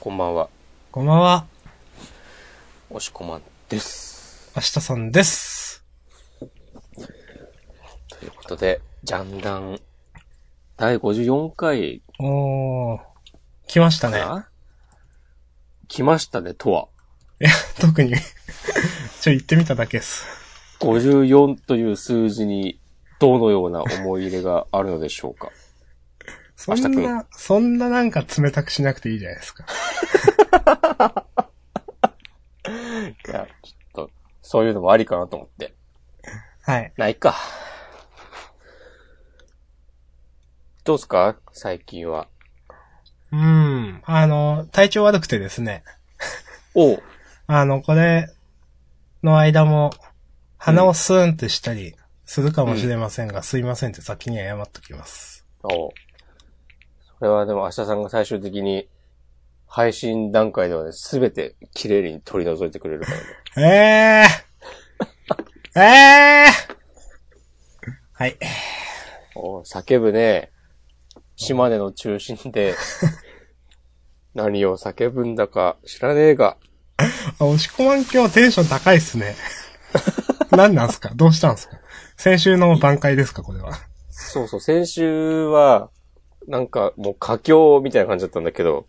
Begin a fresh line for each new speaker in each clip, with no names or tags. こんばんは。
こんばんは、
おしこまんです。
明日さんです。
ということで、ジャンダン、第54回
おー、来ました
か
ね。
な、来ましたね、とは。
特に、 ちょ、行ってみただけです。
54という数字に、どのような思い入れがあるのでしょうか。
そん
明日
な、そんななんか冷たくしなくていいじゃないですか。
いや、ちょっと、そういうのもありかなと思って。
はい。
ないか。どうすか最近は。
うーん。あの、体調悪くてですね。
おう。
あの、これの間も、鼻をスーンってしたりするかもしれませんが、すいませんって先に謝っときます。
おう。それはでも明日さんが最終的に、配信段階ではね、すべて綺麗に取り除いてくれるからね。
えーえーはい。
おう叫ぶね。島根の中心で、何を叫ぶんだか知らねえが。
あ、押し込まん今日テンション高いっすね。 何なんすかどうしたんすか先週の挽回ですかこれは。
そうそう、先週は、なんかもう佳境みたいな感じだったんだけど、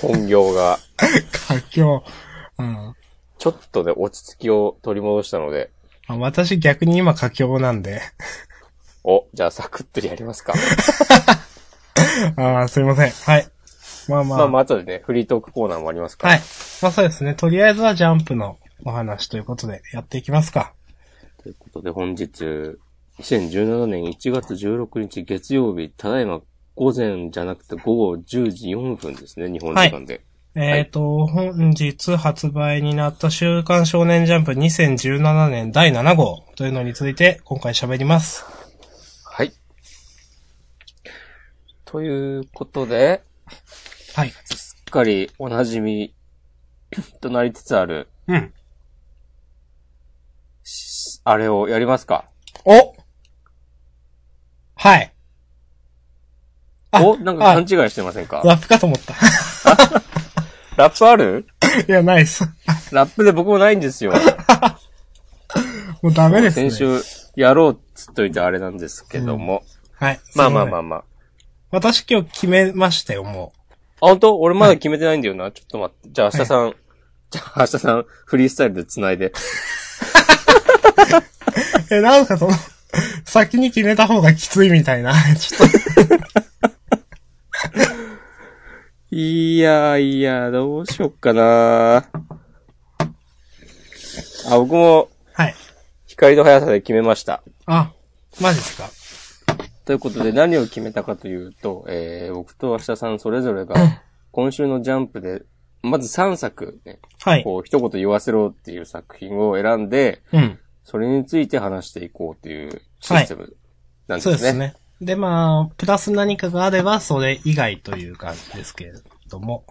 本業が、
佳境。うん。
ちょっとね、落ち着きを取り戻したので、
あ私逆に今佳境なんで。
お、じゃあサクッとやりますか。
ああ、すいません。はい。まあまあ。
まあまあ、後でね、フリートークコーナーもありますから。
はい。まあそうですね。とりあえずはジャンプのお話ということでやっていきますか。
ということで本日、2017年1月16日月曜日、ただいま午前じゃなくて午後10時4分ですね、日本時間で。
えっ、ー、と、本日発売になった週刊少年ジャンプ2017年第7号というのについて今回喋ります。
はい。ということで、
はい。
すっかりおなじみとなりつつある、
うん。
あれをやりますか。
おはい。あ
おなんか
あ
勘違いしてませんか
ラップかと思った。
ラップある
いや、ないっす。
ラップで僕もないんですよ。
もうダメですね。
先週やろうっつっといてあれなんですけども。
はい。
まあまあま
あ。
あまあ。
私今日決めましたよ、も
あ、本当俺まだ決めてないんだよな。ちょっと待って。じゃあ明日さん、じゃあ明日さん、フリースタイルで繋いで。
う。 え、なんかその、先に決めた方がきついみたいな。 ちょっと、
いやいや、どうしよっかなあ、僕も
はい。
光の速さで決めました。
あ、マジですか
ということで何を決めたかというと、えー、僕と明日さんそれぞれが、今週のジャンプで、まず3作、ね、
はい。
こう一言言わせろっていう作品を選んで、
うん。
それについて話していこうというシステムなんです
そう
ね。
ですね。で、まあ、プラス何かがあれば、それ以外という感じですけれども。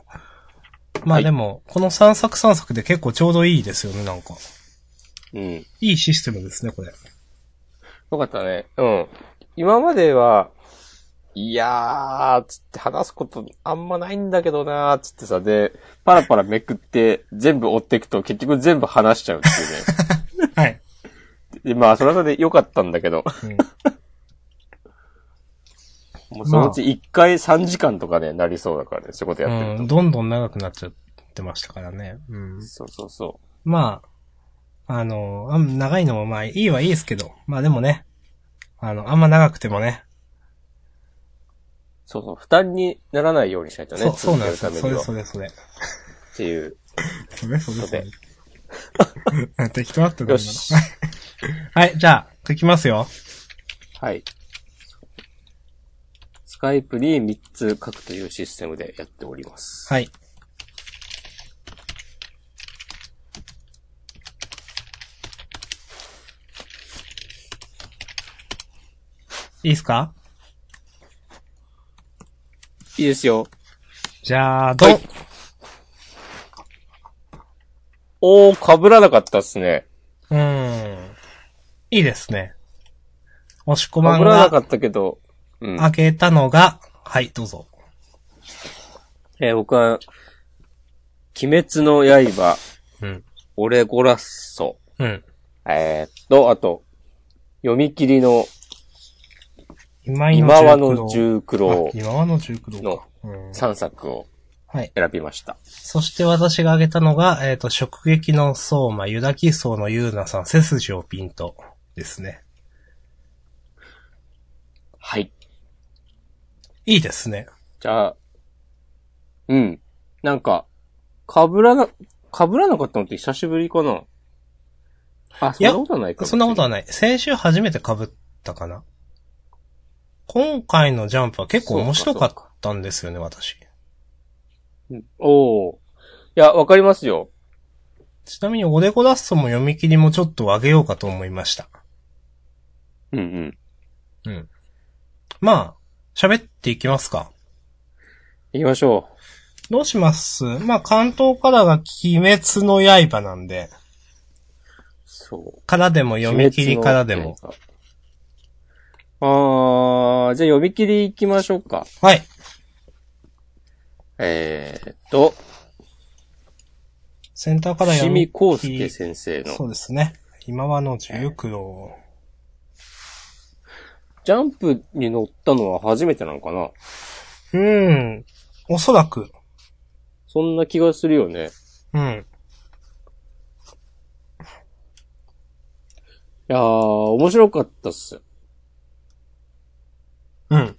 ま
は
あ
い
でも、この3作3作で結構ちょうどいいですよね、なんか。
うん。
いいシステムですね、これ。
よかったね。うん。今までは、いやー、つって話すことあんまないんだけどなー、つってさ、で、パラパラめくって全部追っていくと結局全部話しちゃうっていう
はい。
ね。 でまあ、それはそれで良かったんだけど、
うん、
もうそのうち1回3時間とかね、なりそうだからね、そういうことやってる
う
と。
ん、どんどん長くなっちゃってましたからね。うん。
そうそうそ
まあ、あの、あん長いのもまあいいはいいですけど、まあでもね、あの、あんま長くてもね、
う。そうそう、負担にならないようにしないとね、
そう、そう
続け
なんで
る
す
た
よ。
めに
それ
は。
それそれ。
っていう。
それそれ
それ
適当だったな
よ
今の
し。
はい、じゃあ、書きますよ。
はい。スカイプに3つ書くというシステムでやっております。
はい。いいっすか
いいですよ。
じゃあ、どん、
はいおー、被らなかったっすね。
うーん。いいですね。押し
被
込まん
らなか
が
ったけど、うん。
開けたのが、はい、どうぞ。
えー僕は、鬼滅の刃、
うん。
オレゴラッソ、
うん。
えーっと、あと、読み切りの
今井
今和
の
の
十
十九
九郎
郎
あ今和の十九郎
の
か。うん
3作を
はい。
選びました。
そして私が挙げたのが、えっ、と、食撃の相馬、ユダキソウのユーナさん、背筋をピンとですね。
はい。
いいですね。
じゃあ、うん。なんか、かぶらな、かぶらなかったのって久しぶりかなあ、そん
いや
なことはないか。
そんなことはいない。先週初めて被ったかな。今回のジャンプは結構面白かったんですよね、私。
うんおーいや、わかりますよ。
ちなみに、オデコダッソも読み切りもちょっと上げようかと思いました。
うんうん。
うん。まあ、喋っていきますか。
行きましょ
どうしますまあ、関東からが鬼滅の刃なんで、
う。そう。
からでも読み切りからでも。
鬼滅の。あー、じゃあ読み切り行きましょうか。
はい。
えーっと、
センターから
伏
読み
見康
切
介
り。
先生の
そうですね。今はの十九郎。
ジャンプに乗ったのは初めてなのかな
うん。おそらく。
そんな気がするよね。
うん。
いやー、面白かったっす。
うん。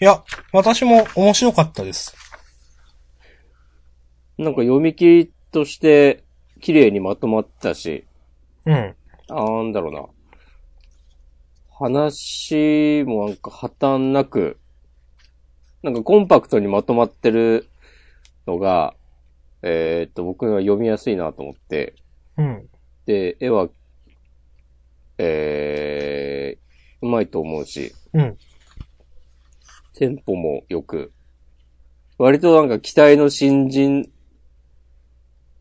いや、私も面白かったです。
なんか読み切りとして、綺麗にまとまったし、
うん。
あーなんだろうな。話もなんか破綻なく、なんかコンパクトにまとまってるのが、えーっと、僕には読みやすいなと思って、
うん。
で、絵は、えー、うまいと思うし、
うん。
テンポも良く、割となんか期待の新人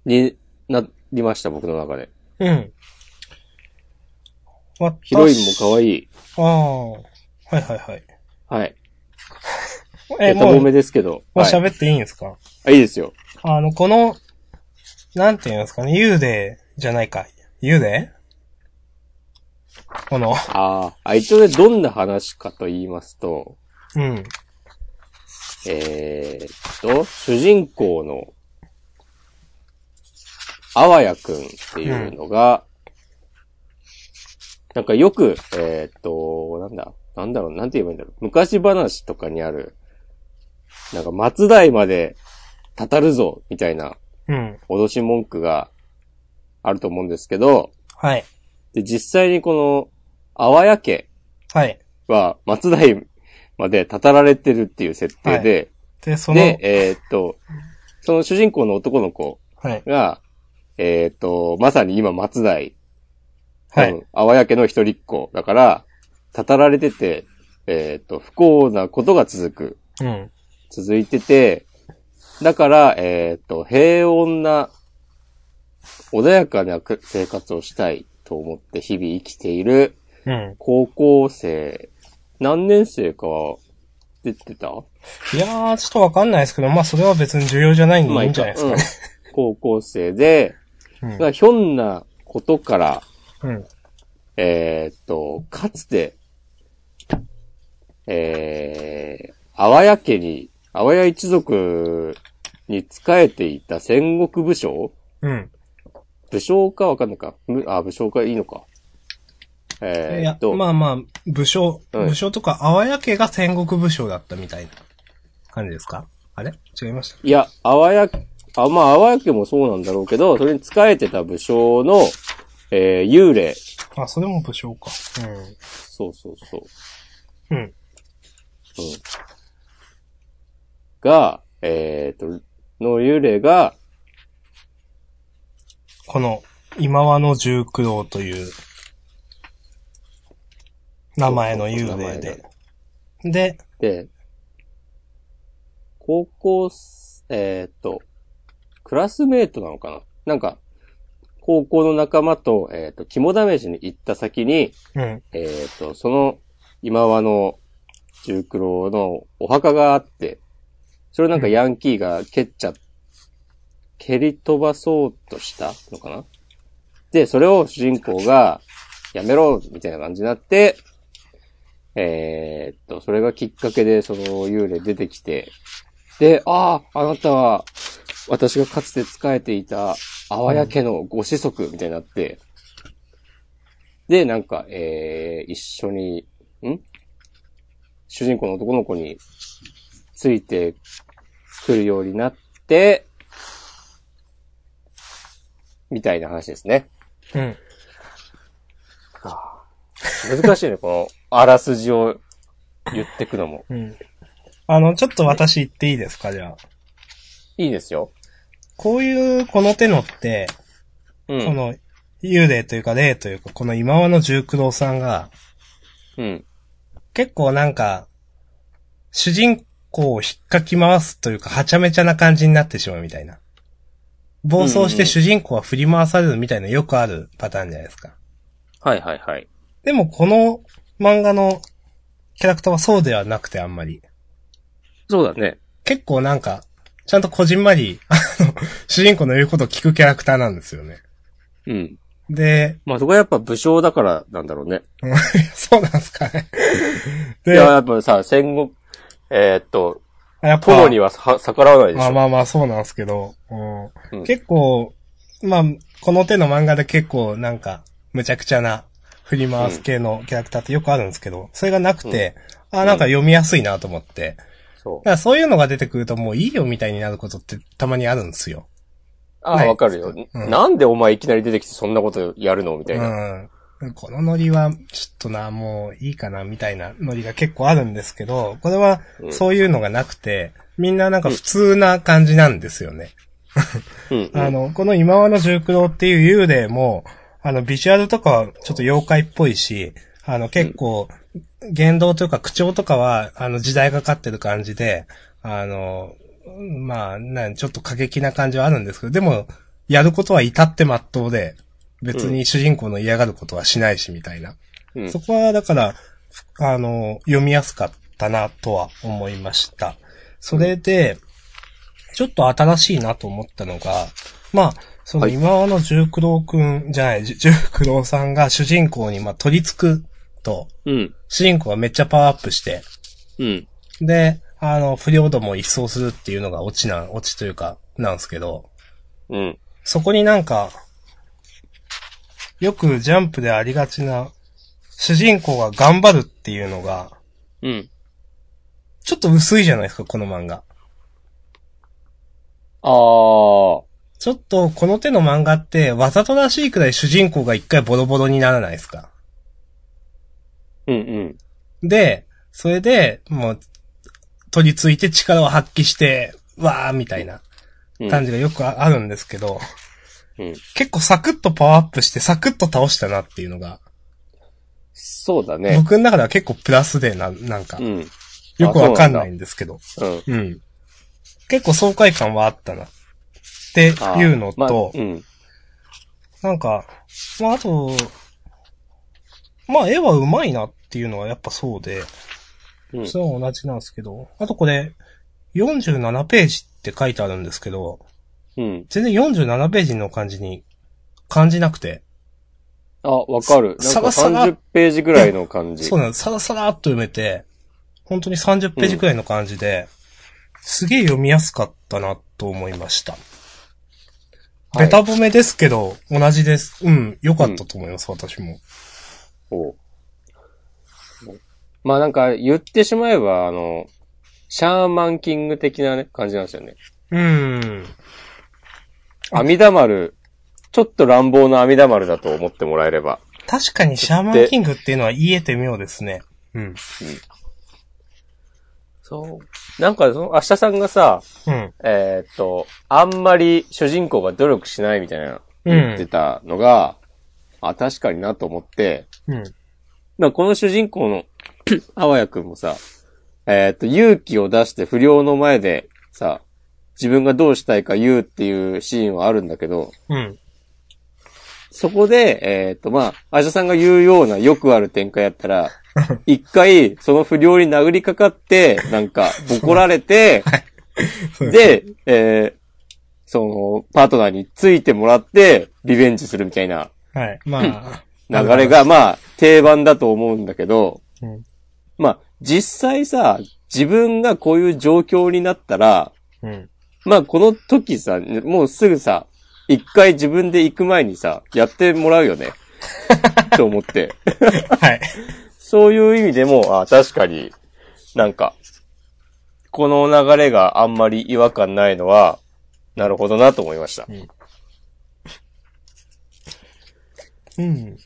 になりました、僕の中で。
うん。私
ヒロインも可愛い。
ああ。はいはいはい。
はい。
え、
え、
も
た
う、
ぼ
もう
めですけど。はい。
喋っていいんですか、
あいいですよ。
あの、この、なんていうんですかね、幽霊じゃないか。幽霊この、
ああ、あ一応ね、どんな話かと言いますと、
うん。
えー、っと、主人公の、あわやくんっていうのが、なんかよく、えー、っと、なんだ、なんだろう、なんて言えばいいんだろう。昔話とかにある、なんか松代までたたるぞ、みたいな
うん。
脅し文句があると思うんですけど、
はい。
で、実際にこの、あわや家
はい。
は松代までたたられてるっていう設定で、
で、その、
で、えーっと、その主人公の男の子
はい。
が、えーっと、まさに今松代、
は
多
い。
分あわやけの一人っ子だから、たたられてて、えーっと、不幸なことが続く、
うん。
続いてて、だから、えーっと、平穏な、穏やかなく生活をしたいと思って日々生きている
うん。
高校生、何年生かは出てた
いやー、ちょっとわかんないですけど、まあ、それは別に重要じゃないんで
まあ
いいんじゃないですかね。
うん高校生で、
うん
まあひょんなことから、
うん。
えーっと、かつて、えー、あわや家に、あわや一族に仕えていた戦国武将
うん。
武将かわかんないか。むあ、武将かいいのか。
い
えー
や
っ、と、
まあまあ、武将、
うん
武将とか、あわや家が戦国武将だったみたいな感じですかあれ違いました
いや、あわや、あ、まあ、あわや家もそうなんだろうけど、それに仕えてた武将の、えー、幽霊。
あ、それも武将か。
そうそうそう。
うん。うん。
が、えっ、と、の幽霊が、
この、今和の十九郎という、名前の幽霊で。で、
で、高校す、えっ、と、クラスメートなのかななんか、高校の仲間と、えっ、と、肝試しに行った先に、
うん。
えっ、と、その、今和の十九郎のお墓があって、それをなんかヤンキーが蹴っちゃ、蹴り飛ばそうとしたのかなで、それを主人公が、やめろみたいな感じになって、えーっと、それがきっかけで、その幽霊出てきて、で、ああ、あなたは、私がかつて仕えていた、淡谷家のご子息みたいになって、で、なんか、えー、一緒に、ん主人公の男の子についてくるようになって、みたいな話ですね。
うん。
難しいね、この、あらすじを言ってくのも。
うん。あの、ちょっと私言っていいですか、じゃあ。
いいですよ。
こういう、この手のって、
う
こ
ん。
の、幽霊というか霊というか、この今和の十九郎さんが、
うん。
結構なんか、主人公を引っかき回すというか、はちゃめちゃな感じになってしまうみたいな。暴走して主人公は振り回されるみたいなよくあるパターンじゃないですか。
はいはいはい。
でもこの漫画のキャラクターはそうではなくてあんまり。
そうだね。
結構なんか、ちゃんとこじんまり、あの、主人公の言うことを聞くキャラクターなんですよね。
うん。
で、
まあ、そこはやっぱ武将だからなんだろうね。
そうなんですかね。
い
で、
や、やっぱさ、戦後、えーっと、
やっ
ポロにはは逆らわないでし
まあ
ょ。
まあまあ、そうなんですけど、うん
うん
結構、まあ、この手の漫画で結構なんか、むちゃくちゃな振り回す系のキャラクターってよくあるんですけど、それがなくて、あなんか読みやすいなと思って。
そ
だ
う。
からそういうのが出てくるともういいよみたいになることってたまにあるんですよ。
あ
は
あ、
い
わかるよ、
うん
なんでお前いきなり出てきてそんなことやるのみたいな。
うん。このノリは、ちょっとな、もういいかな、みたいなノリが結構あるんですけど、これは
う、ん
そういうのがなくて、みんななんか普通な感じなんですよね。
うん。うん
あ、の、この今和の十九郎っていう幽霊も、あの、ビジュアルとかはちょっと妖怪っぽいし、あの、結構、言動というか口調とかは、あの、時代がかってる感じで、あの、まあ、なん、ちょっと過激な感じはあるんですけど、でも、やることは至って真っ当で、別に主人公の嫌がることはしないし、みたいな。
うん
そこは、だから、あの、読みやすかったな、とは思いました。それで、ちょっと新しいなと思ったのが、まあ、その
はい
今和の十九郎くん、じゃない、じゅ十九郎さんが主人公にまあ取り付くと、
うん。
主人公がめっちゃパワーアップして、
うん。
で、あの、不良どもを一掃するっていうのがオチなん、オチというか、なんですけど、
うん。
そこになんか、よくジャンプでありがちな、主人公が頑張るっていうのが、
うん。
ちょっと薄いじゃないですか、この漫画。
ああ。
ちょっと、この手の漫画って、わざとらしいくらい主人公が一回ボロボロにならないですか。
うんうん。
で、それで、もう、取り付いて力を発揮して、わーみたいな
うん。
感じがよくああるんですけど、
うん。
結構サクッとパワーアップして、サクッと倒したなっていうのが、
そうだね。
僕の中では結構プラスでな、なんか
う、ん。
よくわかんな
あそうなん
いんですけど。
うん。
うん。結構爽快感はあったな。って
ああ
いうのと、
まあうん。
なんか、まああと、まあ絵は上手いなっていうのはやっぱそうで、
うん。
それは同じなんですけど、あとこれ、47ページって書いてあるんですけど、
うん。
全然47ページの感じに感じなくて、
あ、わかる。なん
さ
か
がさが
30ページぐらいの感じ。
そうなの、さらさらっと埋めて、本当に30ページくらいの感じで、すげえ読みやすかったなと思いました。
はい
ベタ褒めですけど、同じです。うん、良かったと思います、私も。
おまあなんか言ってしまえば、あの、シャーマンキング的なね、感じなんですよね。
うん。
阿弥陀丸、ちょっと乱暴な阿弥陀丸だと思ってもらえれば。
確かにシャーマンキングっていうのは言えて妙ですね。うん。
そう。なんかその、明日さんがさ、
うん。
えーっと、あんまり主人公が努力しないみたいな、
うん
言ってたのが、あ、確かになと思って、
うん。
まあこの主人公の、 あわやくんもさ、えーっと、勇気を出して不良の前でさ、自分がどうしたいか言うっていうシーンはあるんだけど、
うん。
そこで、えーっと、まあ、アジャさんが言うようなよくある展開やった ら、一回、その不良に殴りかかって、なんか、ボコられて、で、えーその、パートナーについてもらって、リベンジするみたいな
はい。まあ。
流れが、まあ、定番だと思うんだけど、
うん。
まあ、実際さ、自分がこういう状況になったら、
うん。
まあ、この時さ、もうすぐさ、一回自分で行く前にさ、やってもらうよ ね。と思って。
はい。
そういう意味でも、あ、確かに、なんか、この流れがあんまり違和感ないのは、なるほどなと思いました。
うん。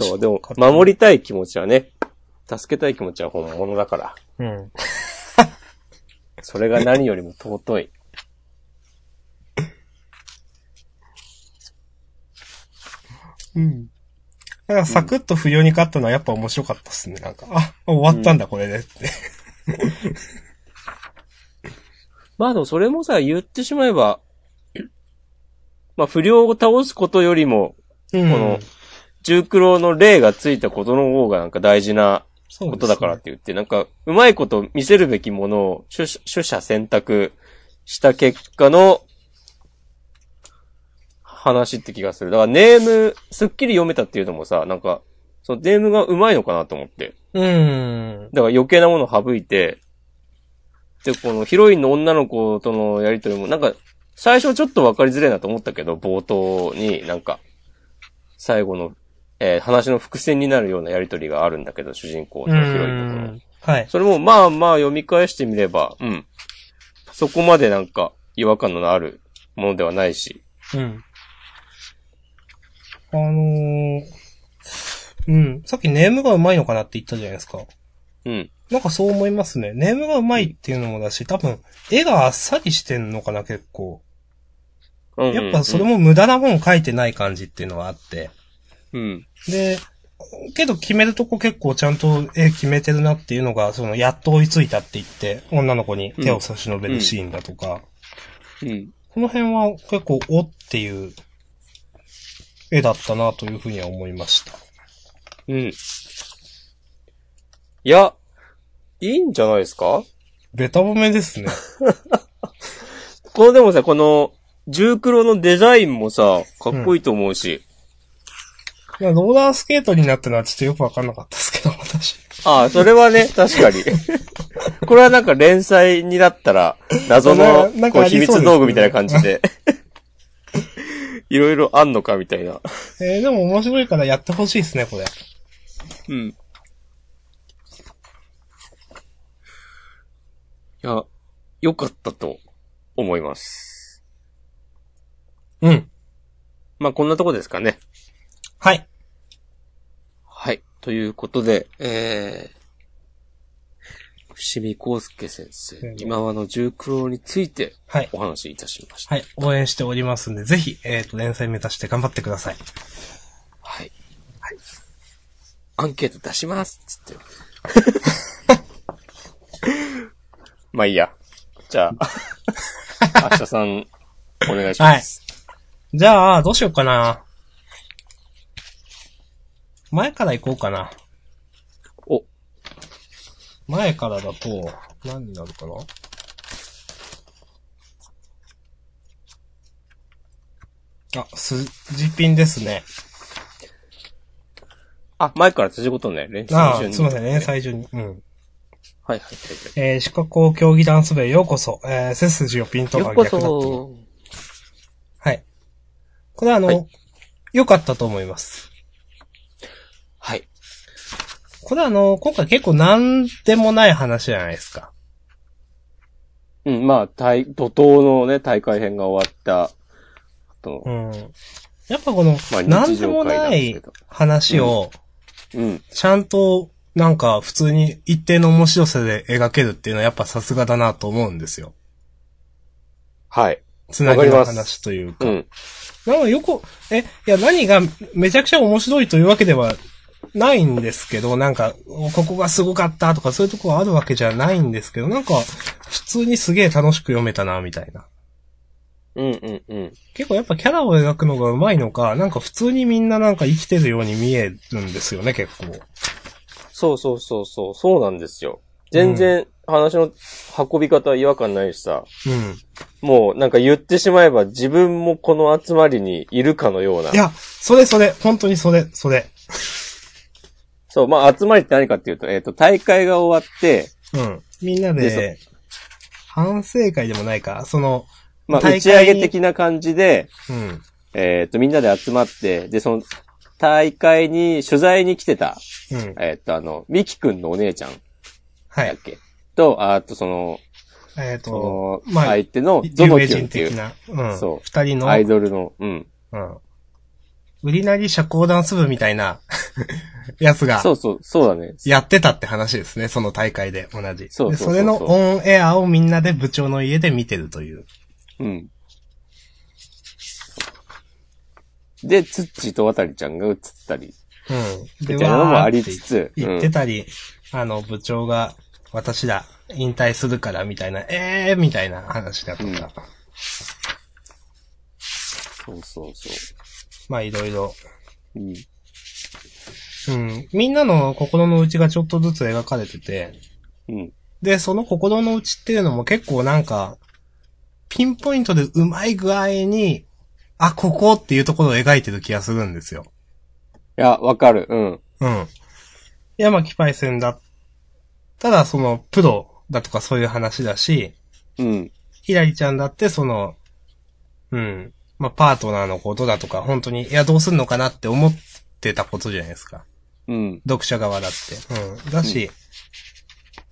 そう、
白
でも
かっ、た
守りたい気持ちはね、助けたい気持ちは本物だから、
うん。
それが何よりも尊い。
うん。なんかサクッと不要に勝ったのはやっぱ面白かったっすね。なんか、あ、終わったんだこれでって。
まあでもそれもさ、言ってしまえば、まあ不良を倒すことよりも、
う
こ
ん。
の、重苦労の霊がついたことの方がなんか大事な
そう
こ
ですね
とだからっ。て言って、なんか、うまいこと見せるべきものを取捨取捨選択した結果の話って気がする。だからネーム、すっきり読めたっていうのもさ、なんか、そのネームがうまいのかなと思って。
うん。
だから余計なものを省いて、で、このヒロインの女の子とのやりとりも、なんか、最初ちょっとわかりづらいなと思ったけど、冒頭になんか、最後の、えー話の伏線になるようなやりとりがあるんだけど、主人公とヒ
う
ロインとこの
ん。はい。
それもまあまあ読み返してみれば、うん。そこまでなんか違和感のあるものではないし。
うん。あのー、うん。さっきネームがうまいのかなって言ったじゃないですか。
うん。
なんかそう思いますね。ネームがうまいっていうのもだし、多分、絵があっさりしてんのかな、結構。
うんうんうん
やっぱそれ。も無駄なもん書いてない感じっていうのはあって。
うん。
で、けど決めるとこ結構ちゃんと絵決めてるなっていうのが、その、やっと追いついたって言って、女の子に手を差し伸べるシーンだとか、
うん。
この辺は結構、おっていう絵だったなというふうには思いました。
うん。いや、いいんじゃないですか
ベタ褒めですね。
このでもさ、この、重黒のデザインもさ、かっこいいと思うし。
まあローラースケートになったのはちょっとよくわかんなかったですけど、私。
ああ、それはね、確か に。これはなんか連載になったら、謎の
なんかなんか
こう
ありそ
秘
うですね
密道具みたいな感じで。いろいろあんのかみたいな。
えー、でも面白いからやってほしいですね、これ。
うん。いや、良かったと思います。
うん。
まあ、こんなとこですかね。
はい。
はい。ということで、えー、伏見康介先生、今はの重苦労について
はい。
お話しいたしました。
はい。応援しておりますんで、ぜひ、えっ、と、連載目指して頑張ってください。
はい。アンケート出しますつって。 まあいいや。じゃ あ、明日さん、お願いします。
じゃあ、どうしようかな。前から行こうかな。
お、
前からだと、何になるかなあ、すじピンですね。
あ、前から辻事ね、連
あ
載中
あ、
に。
すいません、連載中に。うん。
はいはいはい
えー、四角を競技ダンス部へようこそ、えー、背筋をピント
は
が
い。ようこ
逆だったの。
そ。
はい。これはあの、
は
良、
い
かったと思います。
はい。
これはあの、今回結構何でもない話じゃないですか。
うん、まあ、大、怒涛のね、大会編が終わった後
う、ん。やっぱこの、
まあ
何でもな
日常会なんですけ
い
ど
話を、
うん。
ちゃんと、なんか、普通に一定の面白さで描けるっていうのはやっぱさすがだなと思うんですよ。
はい。
つなぎの
わかりま
話というか。
うん。
なのでよく、え、いや、何がめちゃくちゃ面白いというわけではないんですけど、なんか、おここがすごかったとかそういうとこはあるわけじゃないんですけど、なんか、普通にすげえ楽しく読めたな、みたいな。
うんうんうん。
結構やっぱキャラを描くのがうまいのか、なんか普通にみんななんか生きてるように見えるんですよね、結構。
そうそうそうそう、そうなんですよ。全然話の運び方は違和感ないしさ、
うん。。
もうなんか言ってしまえば自分もこの集まりにいるかのようない
や、それそれ、本当にそれ、それ。
そう、まあ集まりって何かっていうと、えっ、と、大会が終わって、
うん。みんなで
で、
反省会でもないか、その、
まあ
大会に
打ち上げ的な感じで、
うん。
えっ、と、みんなで集まって、で、その、大会に取材に来てた、
うん。
えっ、と、あの、ミキくんのお姉ちゃん
は
だっ
い。
け、と、ああとその、
えっ、ー、と
そ、の、
まあ、
相手のゾ
有
ノ
名
キュン
人
ってい
的
う、
な、うん。
そう
二人の、
アイドルの、うん。
うん。売りなり社交ダンス部みたいな、 やつが
そ、うそう、そうだね。
やってたって話ですね、その大会で、同じ。
そう
で
そうそう
れのオンエアをみんなで部長の家で見てるという。
うん。で、ツッチーと渡りちゃんが映ったり、
うん。
みたいなのもありつ
わーって
つ、う
言
ん
ってたり、あの、部長が、私だ、引退するから、みたいな、ええー、みたいな話だと
うん
か、
そうそうそ
まあ、いろいろ。
う。うん。
うん。みんなの心の内がちょっとずつ描かれてて、
うん。
で、その心の内っていうのも結構なんか、ピンポイントでうまい具合に、あ、ここっていうところを描いてる気がするんですよ。
いや、わかる。うん。
うん。山木パイセンだったら、その、プロだとかそういう話だし、
うん。
ひらりちゃんだって、その、うん。まあ、パートナーのことだとか、本当に、いや、どうすんのかなって思ってたことじゃないですか。
うん。
読者側だって。うん。だし、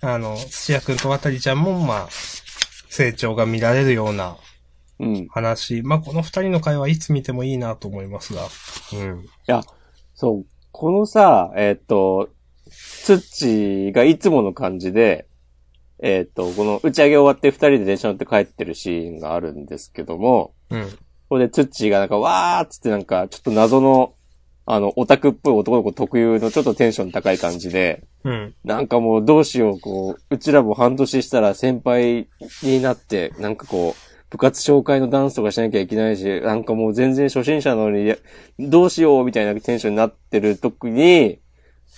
あの、土屋くんと渡りちゃんも、まあ、成長が見られるような
うん。い
話。まあ、この二人の会はいつ見てもいいなと思いますが。うん。
や、そう。このさ、えっ、と、ツッチがいつもの感じで、えっ、と、この打ち上げ終わって二人で電車乗って帰ってるシーンがあるんですけども、
うん。
ここでツッチがなんか、わーっつってなんか、ちょっと謎の、あの、オタクっぽい男の子特有のちょっとテンション高い感じで、
うん。
なんかもうどうしよう、こう、うちらも半年したら先輩になって、なんかこう、部活紹介のダンスとかしなきゃいけないし、なんかもう全然初心者なのに、いやどうしようみたいなテンションになってる時に、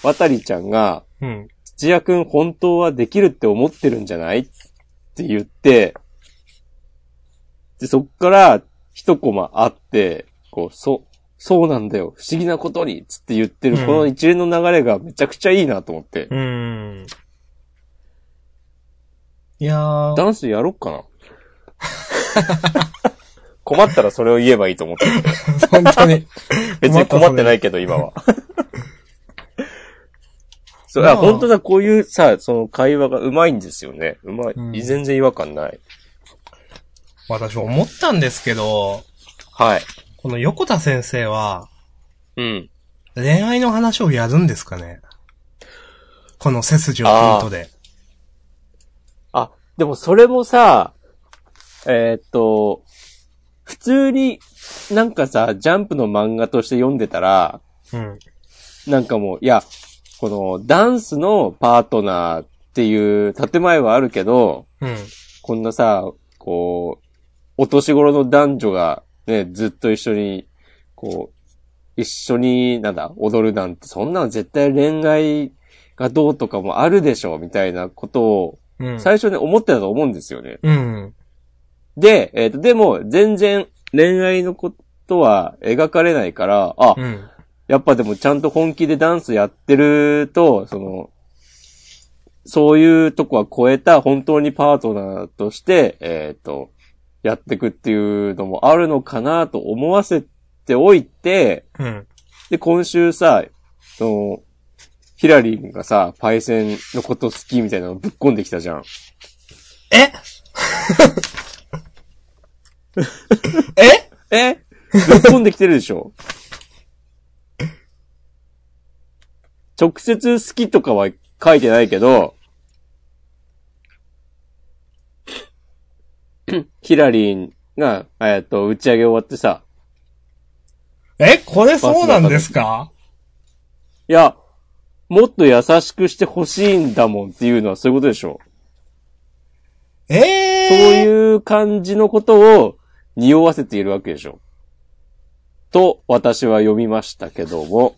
渡りちゃんが、
うん。
土屋くん本当はできるって思ってるんじゃないって言って、で、そっから一コマあって、こう、そ、そうなんだよ、不思議なことに、つって言ってる、
うん
この一連の流れがめちゃくちゃいいなと思って、
うん。いやー。
ダンスやろっかな。 困ったらそれを言えばいいと 思って。
本当に。
別に困ってないけど、今 は。そう、
まあ
あ、本当だ、こういうさ、その会話がうまいんですよね。うまい。
うん
全然違和感ない。
私思ったんですけど、
はい。
この横田先生は、
うん。
恋愛の話をやるんですかねこの背筋をポイントで。
あ、でもそれもさ、えーっと、普通になんかさ、ジャンプの漫画として読んでたら、
うん。
なんかもう、いや、このダンスのパートナーっていう建前はあるけど、
うん。
こんなさ、こう、お年頃の男女がね、ずっと一緒に、こう、一緒に、なんだ、踊るなんて、そんなの絶対恋愛がどうとかもあるでしょ、みたいなことを、
うん。
最初に思ってたと思うんですよね。
うん。
で、えっ、と、でも、全然恋愛のことは描かれないから、あ、
うん。
やっぱでもちゃんと本気でダンスやってると、その、そういうとこは超えた本当にパートナーとして、えっ、と、やってくっていうのもあるのかなと思わせておいて、
うん。
で、今週さ、その、ヒラリンがさ、パイセンのこと好きみたいなのぶっこんできたじゃん。
ええ
えぶっこんできてるでしょ直接好きとかは書いてないけど、ヒラリンが、えっと、打ち上げ終わってさ、
えこれそうなんですか
いや、もっと優しくしてほしいんだもんっていうのはそういうことでしょ
ええー、
そういう感じのことを匂わせているわけでしょ。と、私は読みましたけども。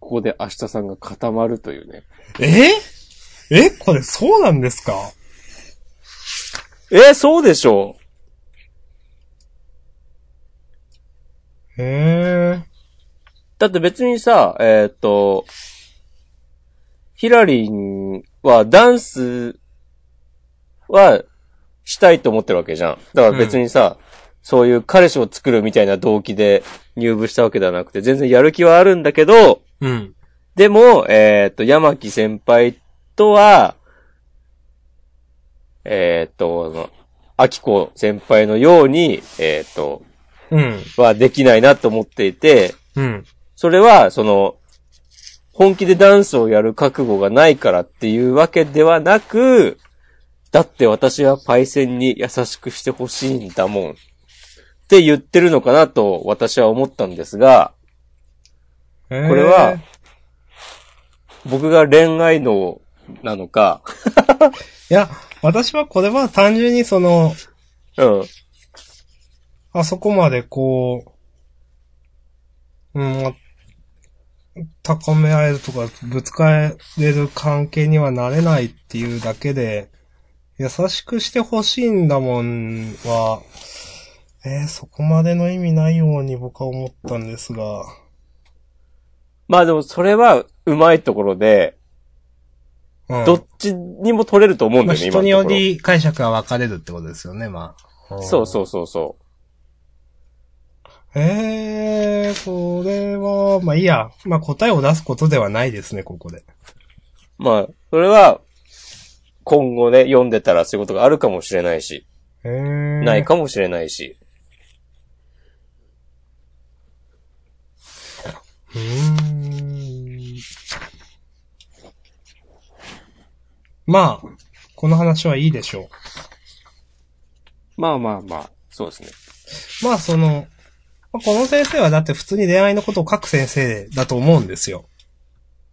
こで明日さんが固まるというね。
ええこれそうなんですか
えー、そうでしょう
へえ。
だって別にさ、えーっと、ヒラリンはダンスはしたいと思ってるわけじゃん。だから別にさ、そういう彼氏を作るみたいな動機で入部したわけではなくて、全然やる気はあるんだけど、
うん。
でも、えっ、と、山木先輩とは、えっ、と、あの、秋子先輩のように、えっ、と、
うん。
はできないなと思っていて、
うん。
それは、その、本気でダンスをやる覚悟がないからっていうわけではなく、だって私はパイセンに優しくしてほしいんだもん。って言ってるのかなと私は思ったんですが、
こ
これは、僕が恋愛のなのか、
いや、私はこれは単純にその、
うん。
あそこまでこう、うん、高め合えるとか、ぶつかれる関係にはなれないっていうだけで、優しくしてほしいんだもんは、えーそこまでの意味ないように僕は思ったんですが、
まあでもそれはうまいところで、
うん
どっちにも取れると思うん
ま
だ
あ、
よね、
人に
今の
よ
ところ
り解釈が分かれるってことですよね、まあ。。
そうそううそうそ
えー、これは、まあいいや。まあ答えを出すことではないですね、ここで。
う。まあ、それは、今後ね、読んでたらそういうことがあるかもしれないし、
えー。
ないかもしれないし。
うーんまあ、この話はいいでしょ
まあまあまあ、そうですね。
う。まあ、その、まあこの先生はだって普通に恋愛のことを書く先生だと思うんですよ。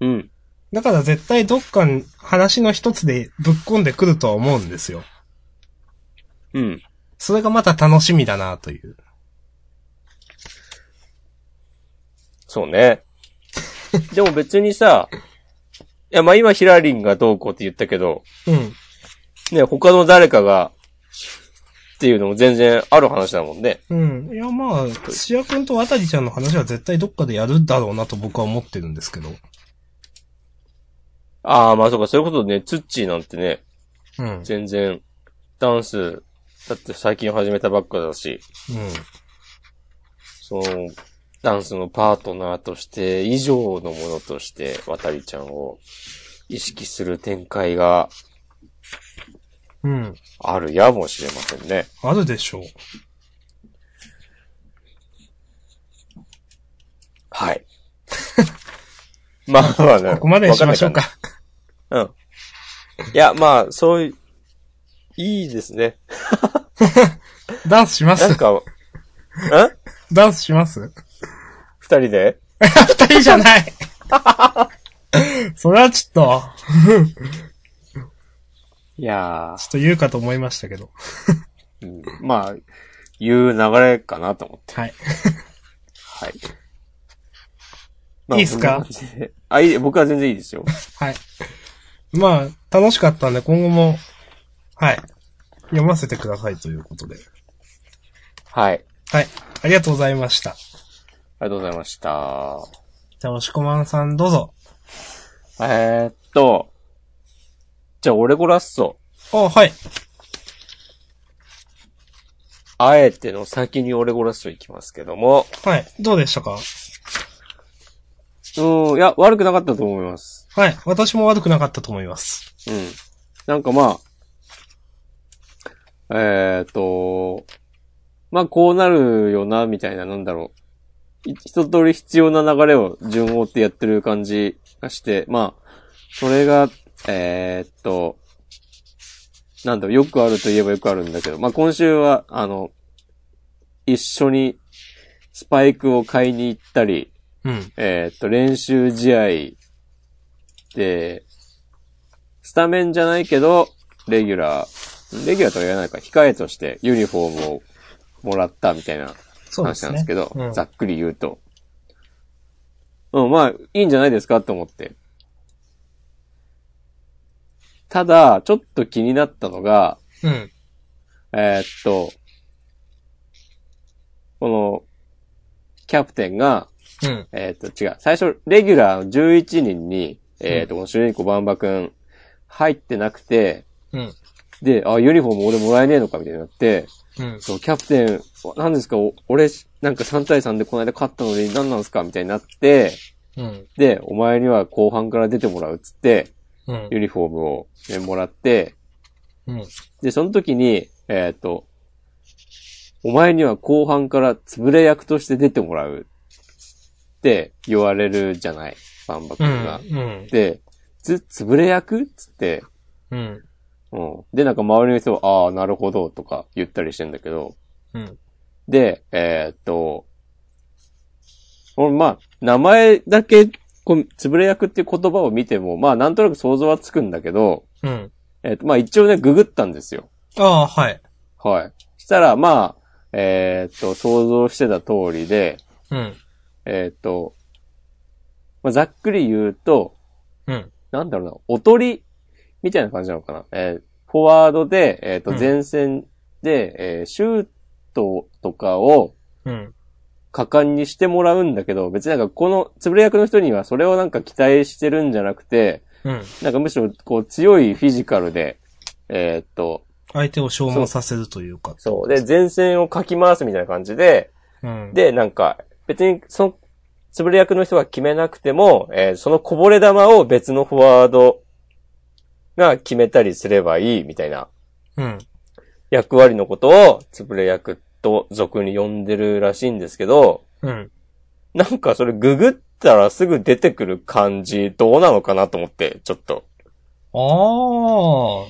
うん。
だから絶対どっかに話の一つでぶっ込んでくるとは思うんですよ。
うん。
それがまた楽しみだなという。
そうね。 でも別にさ、いやまあ今ヒラリンがどうこうって言ったけど、
うん。
ね、他の誰かが、っていうのも全然ある話だもんね。
うん。いや、まあ、土屋くんと渡りちゃんの話は絶対どっかでやるだろうなと僕は思ってるんですけど。
ああ、まあそうか、そういうことね、ツッチーなんてね、
うん。うん。
全然、ダンス、だって最近始めたばっかだし、その、ダンスのパートナーとして、以上のものとして、渡りちゃんを意識する展開が
うん。
あるやもしれませんね。
あるでしょう。
はい。 まあまあね。
ここまでにしましょうか。
わかんないからね。うん。いや、まあ、そういう、いいですね。
ダンスしま
なん
す
か、ん
ダンスします
二人で
二人じゃないそれはちょっと、
いや
ちょっと言うかと思いましたけど。
ー、まあ、いう流れかなと思って。
はい。
はい。
いいっすか
こんな感じであ、いい、僕は全然いいですよ。
はい。まあ、楽しかったんで、今後も、はい。読ませてくださいということで。
はい。あり
はい。ありがとうございました。
がとうございました。
じゃあ、おしこまんさんどうぞ。
えー、っと、じゃあ、オレゴラッソ、
あ、はい。
あえての先にオレゴラッソ行きますけども、
はい。どうでしたか
うーん、いや、悪くなかったと思います。
はい。私も悪くなかったと思います。
うん。なんかまあ、えー、っと、まあこうなるよな、みたいな、なんだろう。い一通り必要な流れを順を追ってやってる感じがして、まあ、それが、えー、っと、なんだろう、よくあるといえばよくあるんだけど、まあ今週は、あの、一緒にスパイクを買いに行ったり、
うん。
えーっと、練習試合で、スタメンじゃないけど、レギュラー、レギュラーとは言わないか、控えとしてユニフォームをもらったみたいな
そう
話
で
な
す
ん
ね。
ですけど、
うん
ざっくり言うと。うん、まあ、いいんじゃないですかって思って。ただ、ちょっと気になったのが、
うん。
えーっと、この、キャプテンが、
うん。
えーっと、違う。最初、レギュラーの11人に、えーっと、この主人公バンバ君、入ってなくて、
うん。
で、あ、ユニフォーム俺もらえねえのかみたいになって、
うん。
そう、キャプテン、何ですか、お俺、なんか3対3でこの間勝ったのに何なんですかみたいになって、
うん。
で、お前には後半から出てもらうっつって、
うん。
ユニフォームを、ね、もらって、
うん。
で、その時に、えーっと、お前には後半から潰れ役として出てもらうって言われるじゃない、バンバ君が。
うん。
で、つ、潰れ役っつって、
うん。
うん。で、なんか周りの人は、ああ、なるほど、とか言ったりしてんだけど、
うん。
で、えーっと、俺、まあ、名前だけ、こう、潰れ役っていう言葉を見ても、まあ、なんとなく想像はつくんだけど、
うん。
えーっと、まあ、一応ね、ググったんですよ。
ああ、はい。
はい。したら、まあ、えーっと、想像してた通りで、
うん。
えーっと、まあ、ざっくり言うと、
うん。
なんだろうな、おとり、みたいな感じなのかな。えーフォワードで、えーっと、
うん
前線で、えーシュートとかを
うん。
果敢にしてもらうんだけど、別になんかこの、つぶれ役の人にはそれをなんか期待してるんじゃなくて、
うん。
なんかむしろこう強いフィジカルで、えーっと、
相手を消耗させるというか。
そう。で、前線をかき回すみたいな感じで、
うん。
で、なんか、別に、その、つぶれ役の人が決めなくても、えーそのこぼれ球を別のフォワードが決めたりすればいい、みたいな
うん。
役割のことを、つぶれ役と俗に呼んでるらしいんですけど、
うん。
なんかそれググったらすぐ出てくる感じ、どうなのかなと思って、ちょっと。
ああ。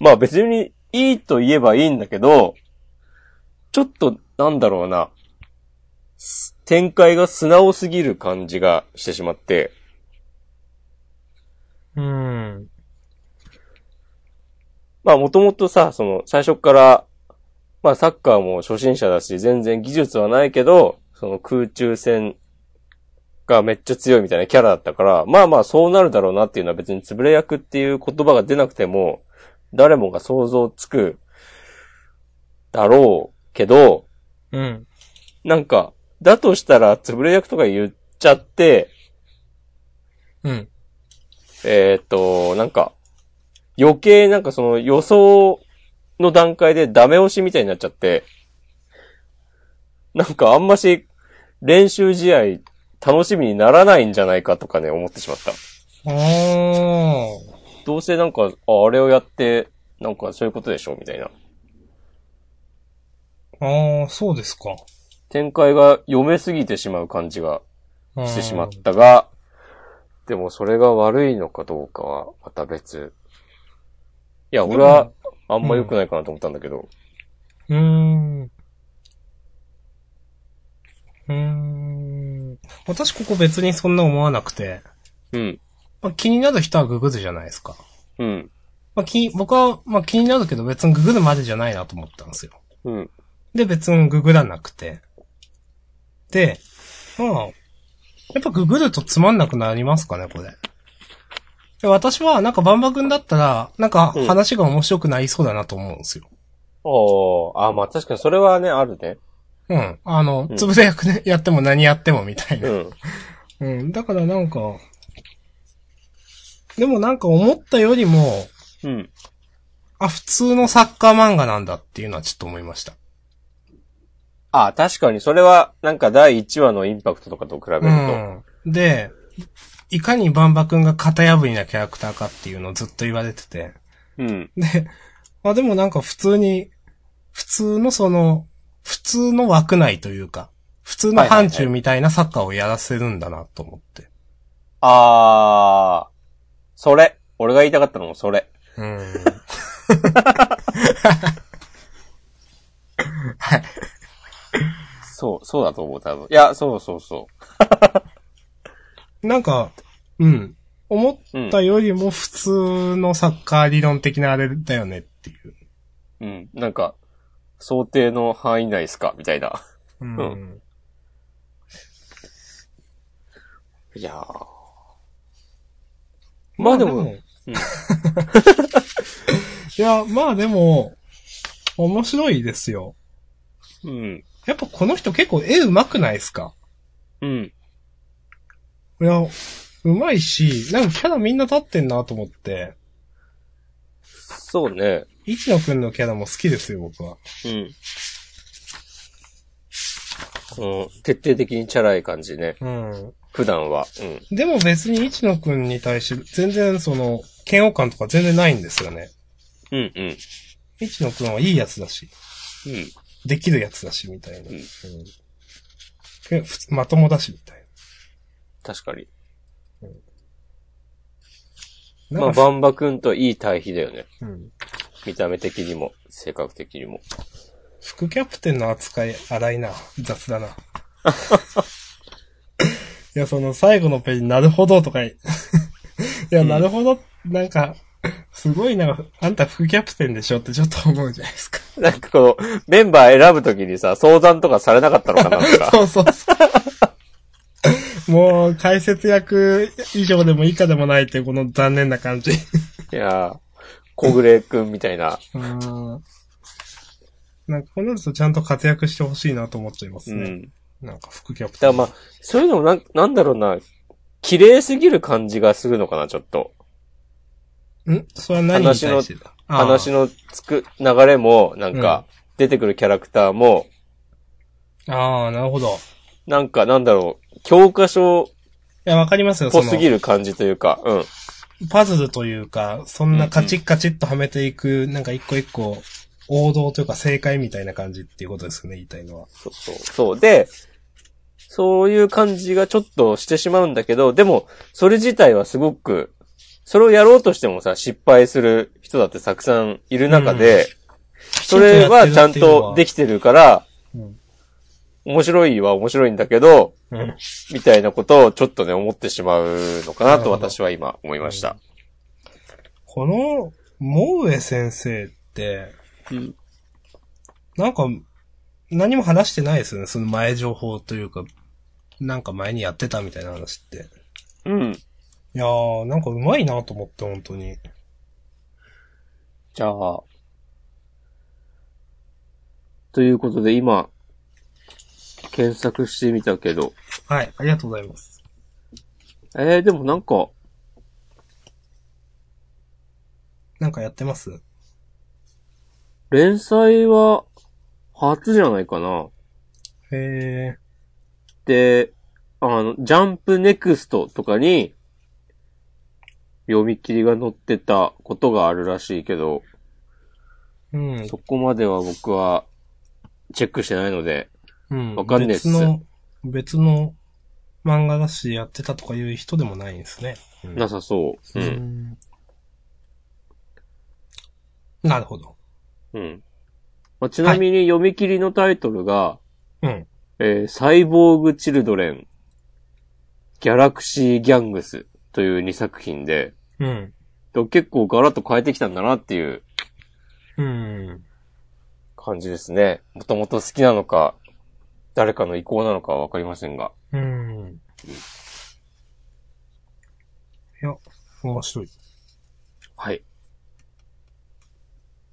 まあ別にいいと言えばいいんだけど、ちょっと、なんだろうな、す展開が素直すぎる感じがしてしまって、
うん。
まあもともとさ、その最初から、まあサッカーも初心者だし、全然技術はないけど、その空中戦がめっちゃ強いみたいなキャラだったから、まあまあそうなるだろうなっていうのは別に潰れ役っていう言葉が出なくても、誰もが想像つくだろうけど、
うん。
なんか、だとしたら潰れ役とか言っちゃって、
うん。
えーっと、なんか、余計なんかその予想の段階でダメ押しみたいになっちゃって、なんかあんまし練習試合楽しみにならないんじゃないかとかね、思ってしまった。
ああ。
どうせなんか、ああれをやって、なんかそういうことでしょみたいな。
ああ、そうですか。
展開が読めすぎてしまう感じが
うん
してしまっ。たが、でもそれが悪いのかどうかはまた別。いや、俺はあんま良くないかなと思ったんだけど。
うーん。うーん。私ここ別にそんな思わなくて。
うん。
まあ、気になる人はググるじゃないですか。
うん。
まあ、気、僕は、まあ、気になるけど別にググるまでじゃないなと思ったんですよ。
うん。
で、別にググらなくて。で、まあ、やっぱググるとつまんなくなりますかね、これ。で私は、なんか、バンバ君だったら、なんか、
うん
話が面白くなりそうだなと思うんですよ。
おー、あ、まあ確かにそれはね、あるね。
うん。あの
うん、
つぶれ役ね、やっても何やってもみたいな
う。ん。
うん、だからなんか、でもなんか思ったよりも、
うん。
あ、普通のサッカー漫画なんだっていうのはちょっと思いました。
あ、確かにそれは、なんか第1話のインパクトとかと比べると。
うん。で、いかにバンバ君が型破りなキャラクターかっていうのをずっと言われてて。
うん。
で、まあでもなんか普通に、普通のその、普通の枠内というか、普通の範疇みたいなサッカーをやらせるんだなと思って。
あー、それ。俺が言いたかったのもそれ。
うん。はい。
そう、そうだと思う、多分。いや、そうそうそ
なんか、うん。思ったよりも普通のサッカー理論的なあれだよねっていう。
う。うん。なんか、想定の範囲内ですかみたいな。
うん
んいやー。まあで も、うん
いや、まあでも、面白いですよ。
うん。
やっぱこの人結構絵上手くないですか
うん。
いや、上手いし、なんかキャラみんな立ってんなと思って、
そうね。
一野くんのキャラも好きですよ、僕は。
うん。この、徹底的にチャラい感じね。
うん。
普段は。
でも別に一野くんに対して、全然その、嫌悪感とか全然ないんですよね。
うん。うんうん。
一野くんはいいやつだし、
うん。
できるやつだし、みたいな。
うん
えふつまともだし、みたい
確かに。ま
な。な
あ、
んか
バンバ君といい対比だよね。
うん
見た目的にも、性格的にも。
副キャプテンの扱い荒いな。雑だな。いや、その最後のページ、なるほどとかい。いや、
うん
なるほど、なんか、すごいなんか、あんた副キャプテンでしょってちょっと思うじゃないですか。
なんかこの、メンバー選ぶときにさ、相談とかされなかったのかなと か。
そうそうそう。もう、解説役以上でも以下でもないっていうこの残念な感じ。
いやー、小暮くんみたいな。
うん。なんか、この人ちゃんと活躍してほしいなと思っちゃいます
う
ね。
ん。
なんか、副キャプ
だ
テ
から
ン。
まあ、そういうのもなん、なんだろうな、綺麗すぎる感じがするのかな、ちょっと。
んそれは何に対してだ
話のつく、流れも、なんか、出てくるキャラクターも、
ああ、なるほど。
なんか、なんだろう、教科書
いや、わかりますよ、
っ
そ
ぽ
の
す、ぎる感じというか、うん。
パズルというか、そんなカチッカチッとはめていく、なんか一個一個、王道というか正解みたいな感じっていうことですよね、言いたいのは。
そうそう。そう。で、そういう感じがちょっとしてしまうんだけど、でも、それ自体はすごく、それをやろうとしてもさ、失敗する人だってたくさんいる中で、それはちゃんとで
き
きてるから、
てるっていうのは。
面白いは面白いんだけど、
うんうん
みたいなことをちょっとね、思ってしまうのかなと
なるほど
私は今思いました。
この、モウエ先生って、
うん。
なんか、何も話してないですよね、その前情報というか、なんか前にやってたみたいな話って。
うん。
いやー、なんか上手いなと思って、本当に。
じゃあ、ということで今、検索してみたけど、
はい、ありがとうございます。
えー、でもなんか、
なんかやってます
連載は、初じゃないかな。
へえ。
で、あの、ジャンプネクストとかに、読み切りが載ってたことがあるらしいけど、
うん
そ。こまでは僕は、チェックしてないので、
うん。
わかんねえっす
別の、別の漫画だしやってたとかいう人でもないんですね。うん
なさそう。
う
うん。
ん。なるほど。
うん。まあ、ちなみに読み切りのタイトルが、
うん。
えーサイボーグ・チルドレン、ギャラクシー・ギャングスという2作品で、
うん。
と結構ガラッと変えてきたんだなっていう
うん。
感じですね。もともと好きなのか、誰かの意向なのかはわかりませんが。
うん。いや、面白い。
はい。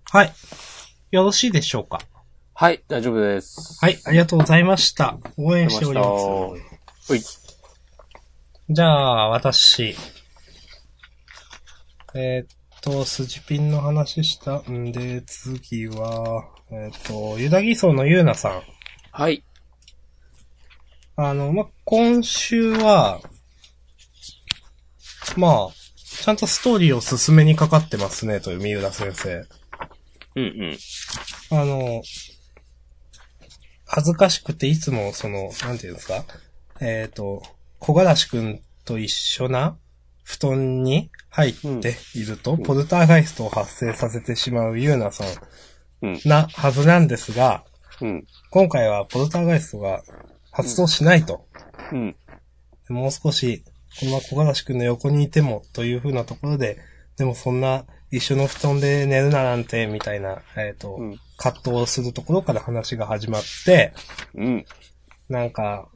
はい。よろしいでしょうか。
はい、大丈夫です。
はい、ありがとうございました。応援しておりま
ありがとうござい
す。
ほい。
じゃあ、私。えーっと、スジピンの話したんで、次は、えーっと、ユダギソのユーナさん。
はい。
あの、ま、今週は、まあ、ちゃんとストーリーを進めにかかってますね、という三浦先生。
うんうん。
あの、恥ずかしくていつもその、なんていうんですかえっ、と、小柄しくんと一緒な布団に入っていると、ポルターガイストを発生させてしまうユーナさん
うん
なはずなんですが、
うん。
今回はポルターガイストが発動しないと。
うん。
もう少し、このまま小柄しくんの横にいてもという風なところで、でもそんな一緒の布団で寝るななんて、みたいな、えっ、と、
うん。
葛藤するところから話が始まって、
うん。
なんか、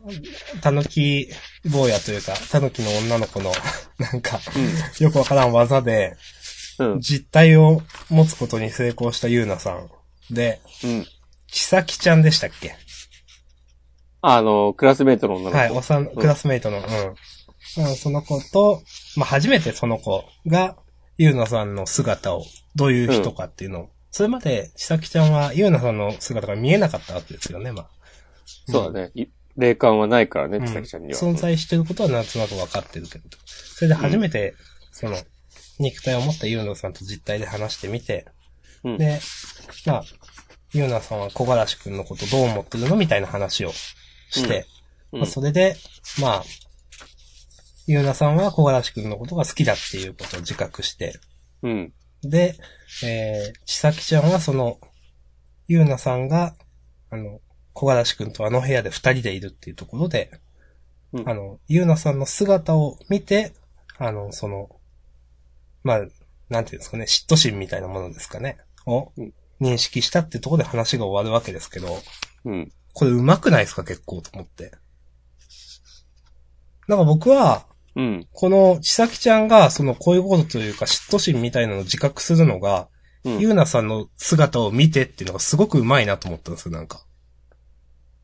たぬき坊やというか、たぬきの女の子 の、なんか、よくわからん技で、
うん。うん。
実体を持つことに成功したゆうなさん。で、ちさきちゃんでしたっけ
あの、クラスメイトの女の子。
はい、おさん、クラスメイトの、うん。うん、その子と、まあ、初めてその子が、ゆうなさんの姿を、どういう人かっていうのを、それまで、ちさきちゃんは、ゆうなさんの姿が見えなかったわけですよね、まあ。
そうだね。い霊感はないからね、
うん
ちさきちゃんには。
存在してることはなんとなく分かってるけど。それで初めて、その、肉体を持ったユーナさんと実態で話してみて、
うん。
で、まあ、ユーナさんは小柄しくんのことどう思ってるのみたいな話をして、
うん
まあそれで、まあ、ユーナさんは小柄しくんのことが好きだっていうことを自覚して、
うん。
で、えー、ちさきちゃんはその、ゆうなさんが、あの、小柄しくんとあの部屋で二人でいるっていうところで、
うん
あの、ゆうなさんの姿を見て、あの、その、まあ、なんていうんですかね、嫉妬心みたいなものですかね、を
うん
認識したってところで話が終わるわけですけど、
うん。
これ上手くないですか結構と思って。なんか僕は、
うん。
この、ちさきちゃんが、その恋心というか嫉妬心みたいなのを自覚するのが、
うん
ゆうなさんの姿を見てっていうのがすごくうまいなと思ったんですよ、なんか。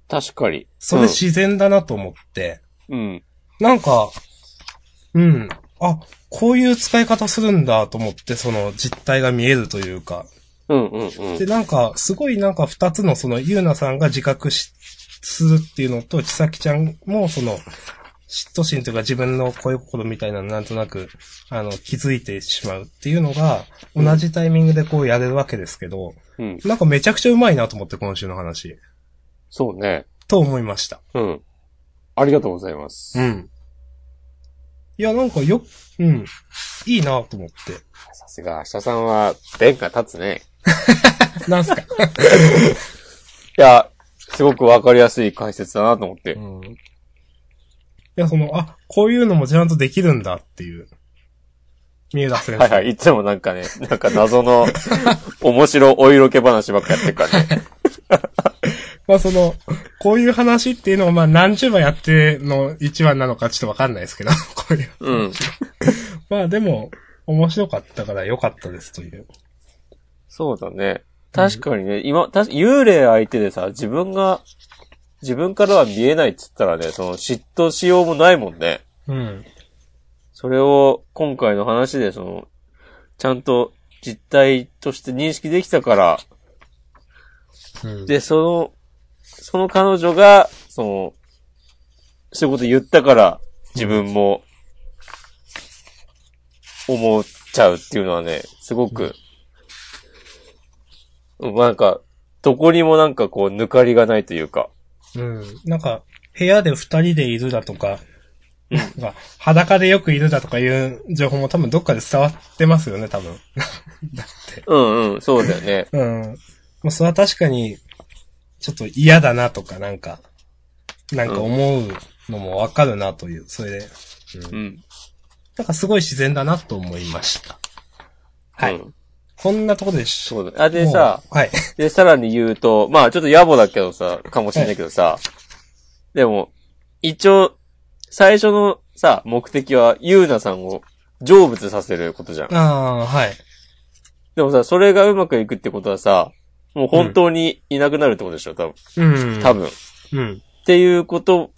確かに。
それ自然だなと思って。
うん。
なんか、うん。あ、こういう使い方するんだと思って、その実態が見えるというか。
うん。うん。うん。
で、なんか、すごいなんか二つのその、ゆうなさんが自覚し、するっていうのと、ちさきちゃんもその、嫉妬心というか自分の恋心みたいなのなんとなく、あの、気づいてしまうっていうのが、同じタイミングでこうやれるわけですけど、
うん。
なんかめちゃくちゃうまいなと思って、今週の話。
そうね。
と思いました。
うん。ありがとうございます。
ん。いや、なんかよ、うん。いいなと思って。
さすが、明日さんは、弁が立つね。
なん すか、
いや、すごくわかりやすい解説だなと思って。
ん、いや、その、あ、こういうのもちゃんとできるんだっていう。三浦先生。
はいはい。いつもなんかね、なんか謎の、 面白お色気話ばっかやってるからね。
まあその、こういう話っていうのをまあ何十話やっての一話なのかちょっとわかんないですけど、 こういう。
うん。
まあでも、面白かったから良かったですという。
そうだね。確かにね、今、確か幽霊相手でさ、自分が、自分からは見えないっつったらね、その嫉妬しようもないもんね。
うん。
それを今回の話で、その、ちゃんと実態として認識できたから、
うん、
で、その、その彼女が、その、そういうこと言ったから、自分も、思っちゃうっていうのはね、すごく、うんなんか、どこにもなんかこう、抜かりがないというか。
うん。なんか、部屋で二人でいるだとか、なんか裸でよくいるだとかいう情報も多分どっかで伝わってますよね、多分。
うんうん、そうだよね。
うん。まあ、それは確かに、ちょっと嫌だなとか、なんか、なんか思うのもわかるなという、それで。
うん。
なんかすごい自然だなと思いました。はい。
うん
こんなとこでしょ。
そうだ。あ、でさ、
もう、はい。
で、さらに言うと、まあちょっと野暮だけどさ、かもしれないけどさ、でも、一応、最初のさ、目的は、ゆうなさんを成仏させることじゃん。
ああ、はい。
でもさ、それがうまくいくってことはさ、もう本当にいなくなるってことでしょ、多分。
うん。
多分。っ
うん。
ていうこと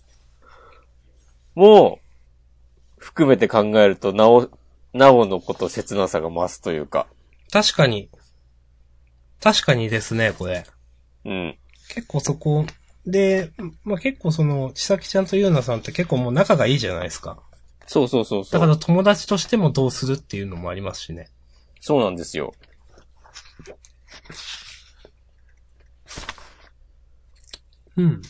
も、含めて考えると、なお、なおのこと切なさが増すというか。
確かに。確かにですね、これ。
うん。
結構そこ、で、まあ、結構その、ちさきちゃんとゆうなさんって結構もう仲がいいじゃないですか。
そうそうそうそ
だ
う。
から友達としてもどうするっていうのもありますしね。
そうなんですよ。
うん。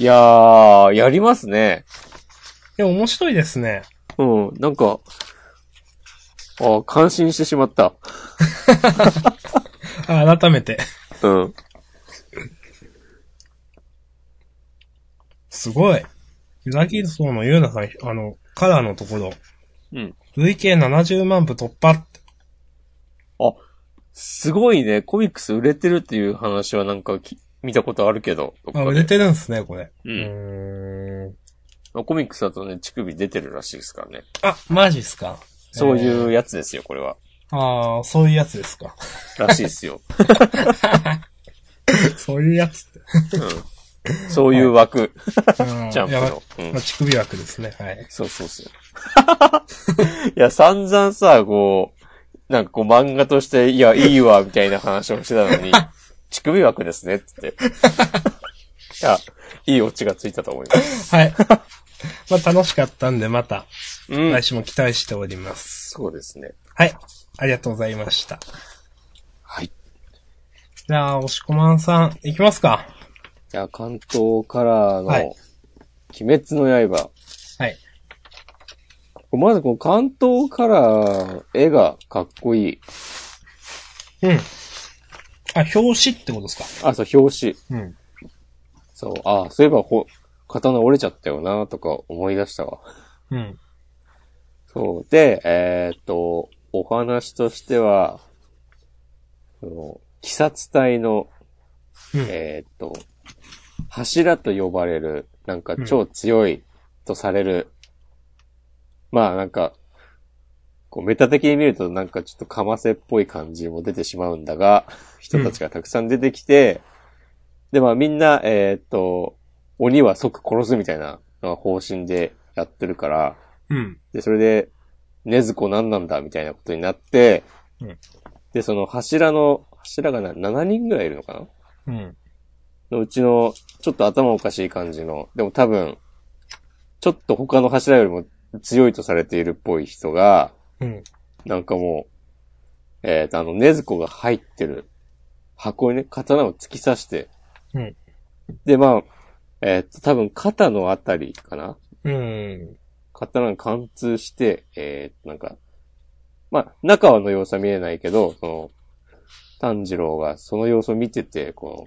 いやー、やりますね。
でも面白いですね。
うん、なんか、ああ、感心してしまった。
あ、改めて。
うん。
すごい。ユナキソのゆうなさん、あの、カラーのところ、
うん。
累計70万部突破って。
あ、すごいね、コミックス売れてるっていう話はなんかき見たことあるけど、どっ
あ、
か
売れ
で。
てるんですね、これ。
う。
うんーん。
まあコミックスだとね、乳首出てるらしいですからね。
あ、マジっすか。。
そういううやつですよ、これは。
ああ、そういうやつですか。
らしいですよ。
そういうやつって。
うん。そういう枠。
う ん
ジャンプ
やばい
のうん
まあ、乳首枠ですね。はい。
そうそうそう。 いや、散々さ、こう、なんかこう漫画として、いや、いいわ、みたいな話をしてたの に、乳首枠ですね、つって。いや、いいオチがついたと思います。
はい。 まあ、楽しかったんで、また、
うん
来。週も期待しております。
そうですね。
はい。ありがとうございました。
はい。
じゃあ、押しこまんさん、いきますか。
じゃあ、関東カラーの、
はい
鬼滅の刃。
はい。
まずこの関東カラー、絵がかっこいい。
うん。あ、表紙ってことですか。
あ、そう、表紙。
うん。
そう、あ、そういえば、ほ、刀折れちゃったよな、とか思い出したわ。
うん。
そう。で、えーっと、お話としては、その、鬼殺隊の、
うん。
えーっと、柱と呼ばれる、なんか超強いとされる、まあなんか、こうメタ的に見るとなんかちょっとかませっぽい感じも出てしまうんだが、人たちがたくさん出てきて、でまあみんな、えーっと、鬼は即殺すみたいなのが方針でやってるから、
うん。
で、それで、ねずこ何なんだみたいなことになって、
うん
で、その柱の、柱がな7人ぐらいいるのかな
うん。
のうちの、ちょっと頭おかしい感じの、でも多分、ちょっと他の柱よりも強いとされているっぽい人が、
うん。
なんかもう、えっ、と、あの、ねずこが入ってる箱にね、刀を突き刺して、
うん
で、まあ、えっ、と、多分肩のあたりかな
うん。
刀が貫通して、えー、なんか、まあ、中はの様子は見えないけど、その、炭治郎がその様子を見てて、この、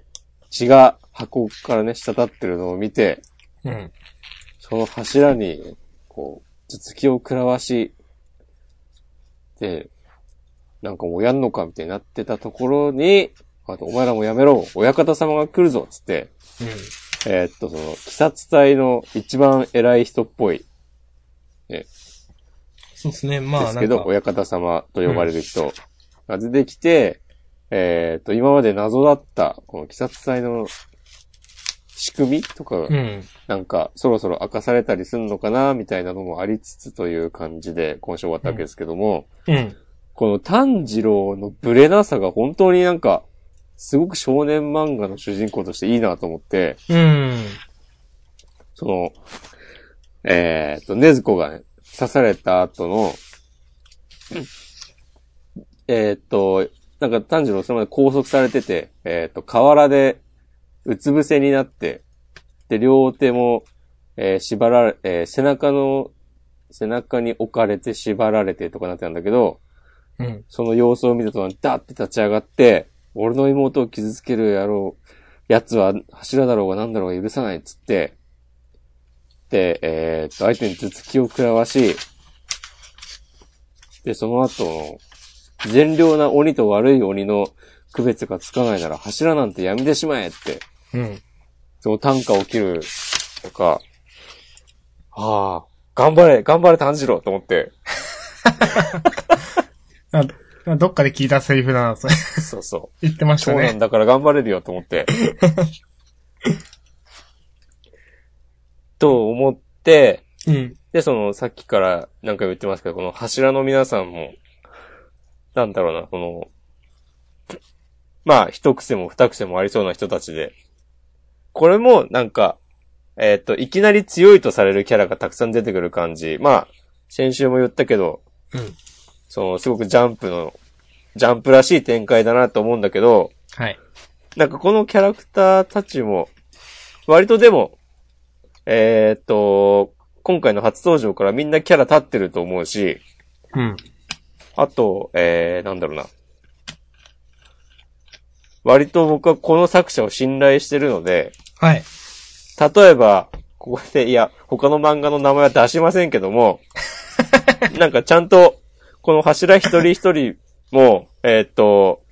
血が箱からね、滴ってるのを見て、
うん。
その柱に、こう、頭突きを食らわし、で、なんかもうやんのかみたいになってたところに、あと、お前らもやめろ、親方様が来るぞ、つって、えーっと、その、鬼殺隊の一番偉い人っぽい、
そうですね。ま
で
あ、
す
な
け
ん
ど、
か。
親方様と呼ばれる人が出てきて、えっ、と、今まで謎だった、この鬼殺隊の仕組みとかが、
うん。
なんか、そろそろ明かされたりすんのかな、みたいなのもありつつという感じで、今週終わったわけですけども、
うん。
この炭治郎のブレなさが本当になんか、すごく少年漫画の主人公としていいなと思って、
うん。
その、えー、っと、ねずこが、ね、刺された後の、えー、っと、なんか炭治郎それまで拘束されてて、えー、っと、河原で、うつ伏せになって、で、両手も、えー縛られ、えー背中の、背中に置かれて縛られてとかなってたんだけど、
うん。
その様子を見た途端、ダーって立ち上がって、俺の妹を傷つける野郎、奴は柱だろうが何だろうが許さないっつって、で、えーっと、相手に頭突きを食らわし、で、その後、善良な鬼と悪い鬼の区別がつかないなら柱なんてやめてしまえって、
うん。
その短歌を切るとか、ああ、頑張れ、頑張れ炭治郎と思って、
あ、あどっかで聞いたセリフだな、それ。
そうそう。
言ってました
そうなん
ね。
だから頑張れるよと思って。 と思って、
うん。
で、その、さっきからなんか言ってますけど、この柱の皆さんも、なんだろうな、この、まあ、一癖も二癖もありそうな人たちで、これもなんか、えーっ、と、いきなり強いとされるキャラがたくさん出てくる感じ。まあ、先週も言ったけど、
うん。
その、すごくジャンプの、ジャンプらしい展開だなと思うんだけど、
はい。
なんかこのキャラクターたちも、割とでも、えーっと、今回の初登場からみんなキャラ立ってると思うし、
うん。
あと、えー、なんだろうな。割と僕はこの作者を信頼してるので、
はい。
例えば、ここで、いや、他の漫画の名前は出しませんけども、なんかちゃんと、この柱一人一人も、えーっと、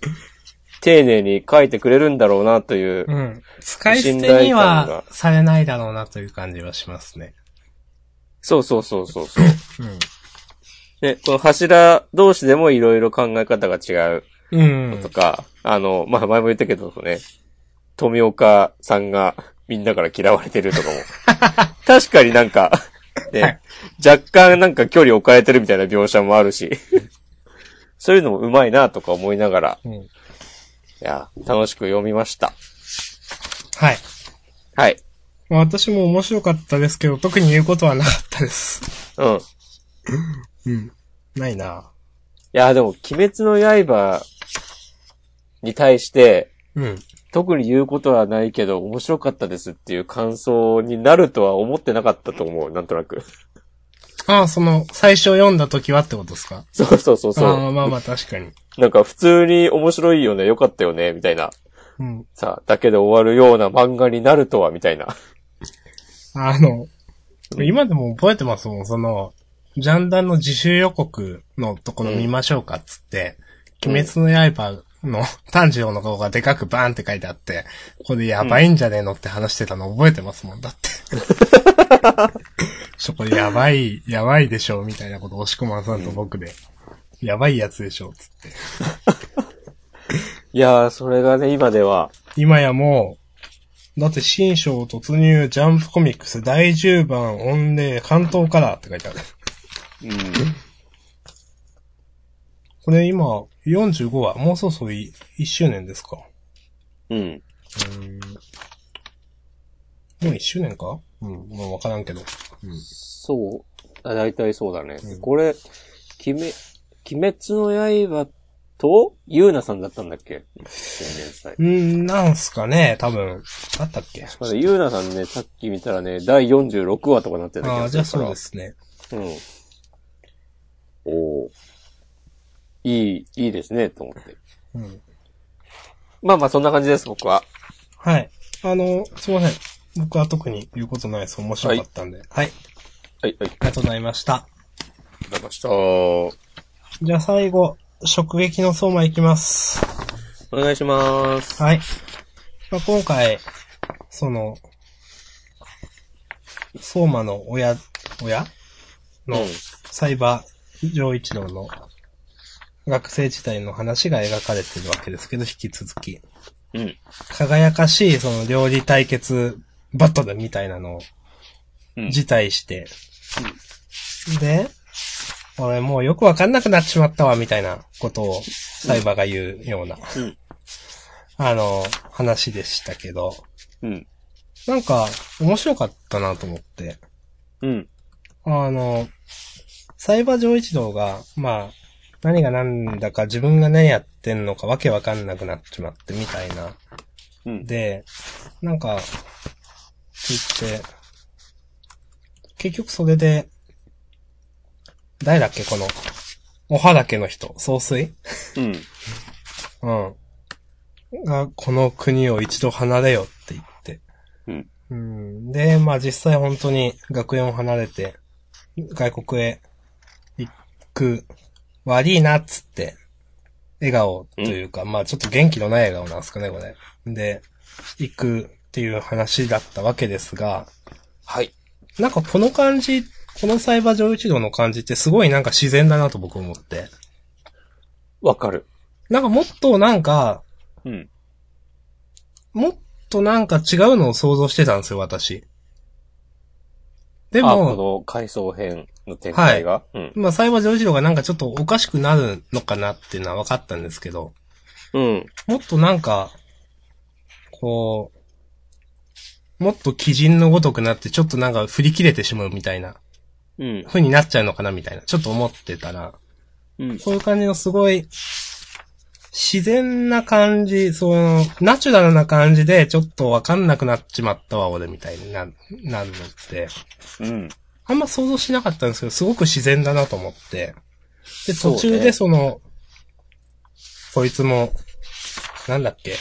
丁寧に書いてくれるんだろうなという。
うん。使い捨てにはされないだろうなという感じはしますね。
そうそうそうそうそう。
うん。
ね、この柱同士でもいろいろ考え方が違う
うん
と。か、あの、まあ、前も言ったけどね、富岡さんがみんなから嫌われてるとかも。確かになんか、ね、
はい
若干なんか距離置かれてるみたいな描写もあるし、そういうのもうまいなとか思いながら、
うん
いや、楽しく読みました。
はい。
はい。
まあ私も面白かったですけど、特に言うことはなかったです。
うん。い
うん。ないな
や、でも、鬼滅の刃に対して、
うん。
特に言うことはないけど、面白かったですっていう感想になるとは思ってなかったと思う、なんとなく。
ああ、その、最初読んだ時はってことですか
そうそうそうそ
ああ、
う。
まあまあ確かに。
なんか普通に面白いよね、良かったよね、みたいな。
うん。
さあ、だけで終わるような漫画になるとは、みたいな。
あの、今でも覚えてますもん、その、ジャンダンの自習予告のところ見ましょうかっつって、
うん
鬼滅の刃の 炭治郎の顔がでかくバーンって書いてあって、これやばいんじゃねえのって話してたの覚えてますもん、だって。そこやばい、やばいでしょ、みたいなこと押し込まんさんと僕で。やばいやつでしょ、つって。
いやー、それがね、今では。
今やもう、だって新章突入ジャンプコミックス第10番御礼関東カラーって書いてある。
うん。
これ今、45話、もうそろそろい1周年ですか。も
うん。
う1周年かうん、まあわからんけど。
そう。あ、大体そうだね。これ、鬼滅、鬼滅の刃と、ゆうなさんだったんだっ け連載。
うん、なんすかね、多分。あったっけ
まだゆうなさんね、さっき見たらね、第46話とかなってたけど。
ああ、じゃあそうですね。
うん。おーいい、いいですね、と思って。
うん。
まあまあ、そんな感じです、僕は。
はい。あの、すいません。僕は特に言うことないです。面白かったんで。はい。あ
はい、はい、あり
りがとうございました。
がとうございました。お
じゃあ最後、直撃の相馬いきます。
願いします。
はい。まあ、今回、その、相馬の親、親の
うん
サイバー上一郎の学生時代の話が描かれてるわけですけど、引き続き。
うん。
輝かしい、その料理対決バトルみたいなのを
うん
辞退して。で、俺もうよくわかんなくなっちまったわ、みたいなことをサイバーが言うような、
うん
あの、話でしたけど。
うん。
なんか、面白かったなと思って。
うん。
あの、サイバー上一郎が、まあ、何が何だか自分が何やってんのかわけわかんなくなっちまってみたいな。
うん。
で、なんか、言って、結局それで、誰だっけこの、おはだけの人、総帥
うん。
うん。が、この国を一度離れよって言って。
うん。
うん。で、まあ実際本当に学園を離れて、外国へ行く、悪いなっつって、笑顔というか、まあちょっと元気のない笑顔なんですかね、これ。で、行くっていう話だったわけですが、
はい。
なんかこの感じ、このサイバー上一郎の感じってすごいなんか自然だなと僕思って。
わかる。
なんかもっとなんか、
うん。
もっとなんか違うのを想像してたんですよ、私。で
あ、こ
も、
の回想編の展開が。うん。
まあ、サイバージョージロがなんかちょっとおかしくなるのかなっていうのは分かったんですけど、
うん。
もっとなんか、こう、もっと鬼人のごとくなって、ちょっとなんか振り切れてしまうみたいな、
うん。
風になっちゃうのかなみたいな、ちょっと思ってたら、
うん。
こういう感じのすごい、自然な感じ、その、ナチュラルな感じで、ちょっとわかんなくなっちまったわ、俺みたいにな、なるのって、
うん。
あんま想像しなかったんですけど、すごく自然だなと思って。で、
そう
途
ね
中でその、こいつも、なんだっけ。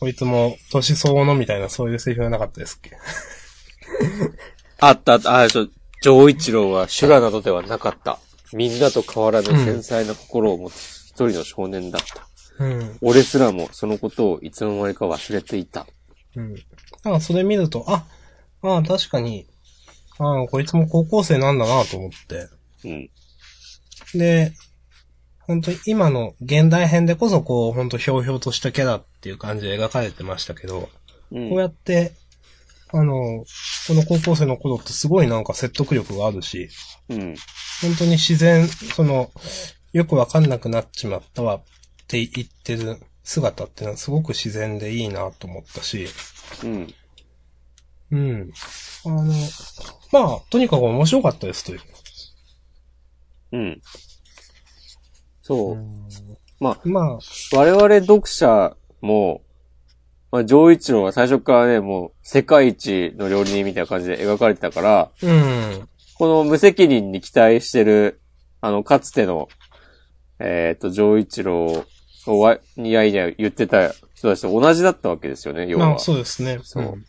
こいつも、年相応のみたいな、そういうセリフはなかったですっけ。
あったあった。あ、そう。上一郎は修羅などではなかった。みんなと変わらぬ繊細な心を持つ一人の少年だった。
うん。
俺すらもそのことをいつの間にか忘れていた。
うん。なんかそれ見ると、あ、ああ、確かに、ああ、こいつも高校生なんだなと思って。
うん。
で、本当に今の現代編でこそこう、本当ひょうひょうとしたキャラっていう感じで描かれてましたけど、
うん
こうやって、あの、この高校生の頃ってすごいなんか説得力があるし、
うん。
本当に自然、その、よくわかんなくなっちまったわって言ってる姿ってのはすごく自然でいいなと思ったし、
うん。
うん。あの、まあ、とにかく面白かったですという。
うん。そう。まあ、
まあ、
我々読者も、まあ、上一郎は最初からね、もう、世界一の料理人みたいな感じで描かれてたから、
うん。
この無責任に期待してる、あの、かつての、えっ、と、上一郎をわ、にやいや言ってた人たちと同じだったわけですよね、要
まあ、
は。
そうですね。
そうん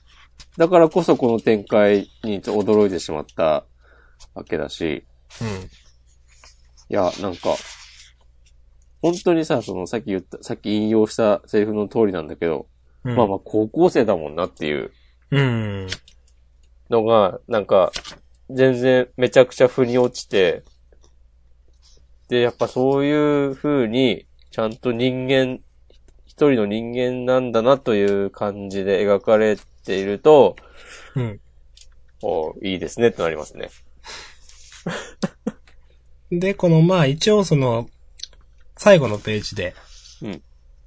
だからこそこの展開にちょっと驚いてしまったわけだし、いや、なんか、本当にさ、その、さっき言った、さっき引用したセリフの通りなんだけど、
うん。
まあまあ高校生だもんなっていう
うん。
のが、なんか、全然めちゃくちゃ腑に落ちて、で、やっぱそういう風に、ちゃんと人間、一人の人間なんだなという感じで描かれていると、
うん。
おいいですねってなりますね。
で、この、まあ、一応その、最後のページで、
うん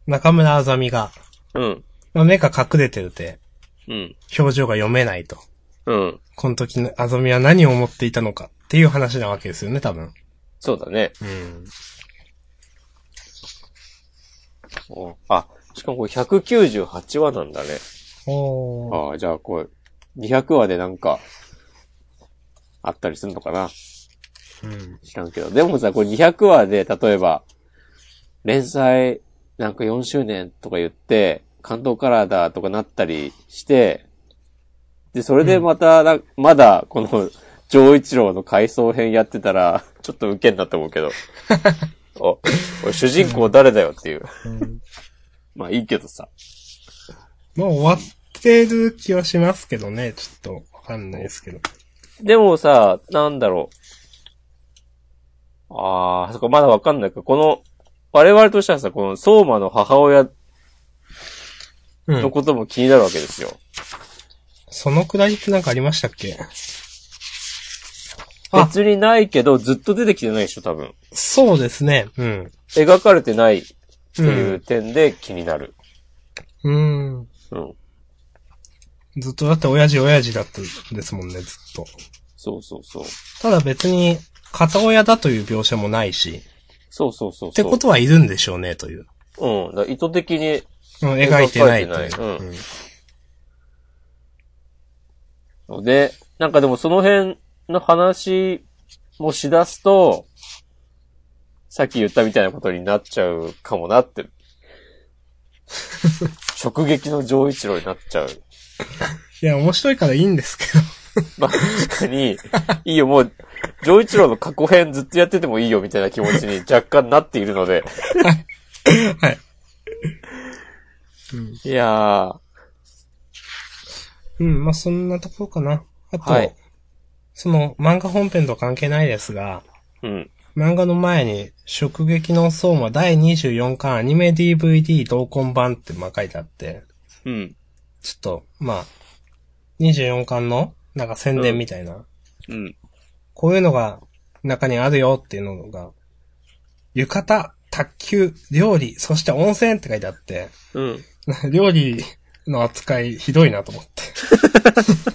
中村あざみが、
うん。
まあ、目が隠れてるて、
うん。
表情が読めないと。
うん。
この時のあざみは何を思っていたのかっていう話なわけですよね、多分。
そうだね。
うん。
おあ、しかもこれ198話なんだね。
おー。
ああ、じゃあこれ、200話でなんか、あったりするのかな
うん。
知らんけど。でもさ、これ200話で、例えば、連載、なんか4周年とか言って、関東カラーだとかなったりして、で、それでまたな、まだ、この、上一郎の回想編やってたら、ちょっとウケんなと思う けど。お、おい主人公誰だよっていう。まあいいけどさ。
もう終わってる気はしますけどね、ちょっとわかんないですけど。
でもさ、なんだろう。ああ、そこまだわかんないか。この、我々としてはさ、この相馬の母親
う
の
ん。
ことも気になるわけですよ。
そのくらいってなんかありましたっけ あ
別にないけど、ずっと出てきてないでしょ、多分。
そうですね。うん。
描かれてないっていう点で気になる。
うん。
うん。
ずっとだって親父親父だったんですもんね、ずっと。
そうそうそう。
ただ別に、片親だという描写もないし、
そうそうそうそう。
ってことはいるんでしょうね、という。
うん。だから意図的に、
うん、描いてないとい
描いてないうん
う。
で、なんかでもその辺の話もしだすと、さっき言ったみたいなことになっちゃうかもな って。直撃の上一郎になっちゃう。
いや、面白いからいいんですけど。
まあ、確かに、いいよ、もう、上一郎の過去編ずっとやっててもいいよみたいな気持ちに若干なっているので。
はい。
いやー、
うん、まあ、そんなところかな。あと、
はい
その、漫画本編とは関係ないですが、
うん。
漫画の前に、直撃の相馬第24巻アニメ DVD 同梱版ってまあ書いてあって、
うん。
ちょっと、まあ、24巻の、なんか宣伝みたいな、
うん。
こういうのが中にあるよっていうのが、浴衣、卓球、料理、そして温泉って書いてあって、
うん。
料理の扱いひどいなと思って。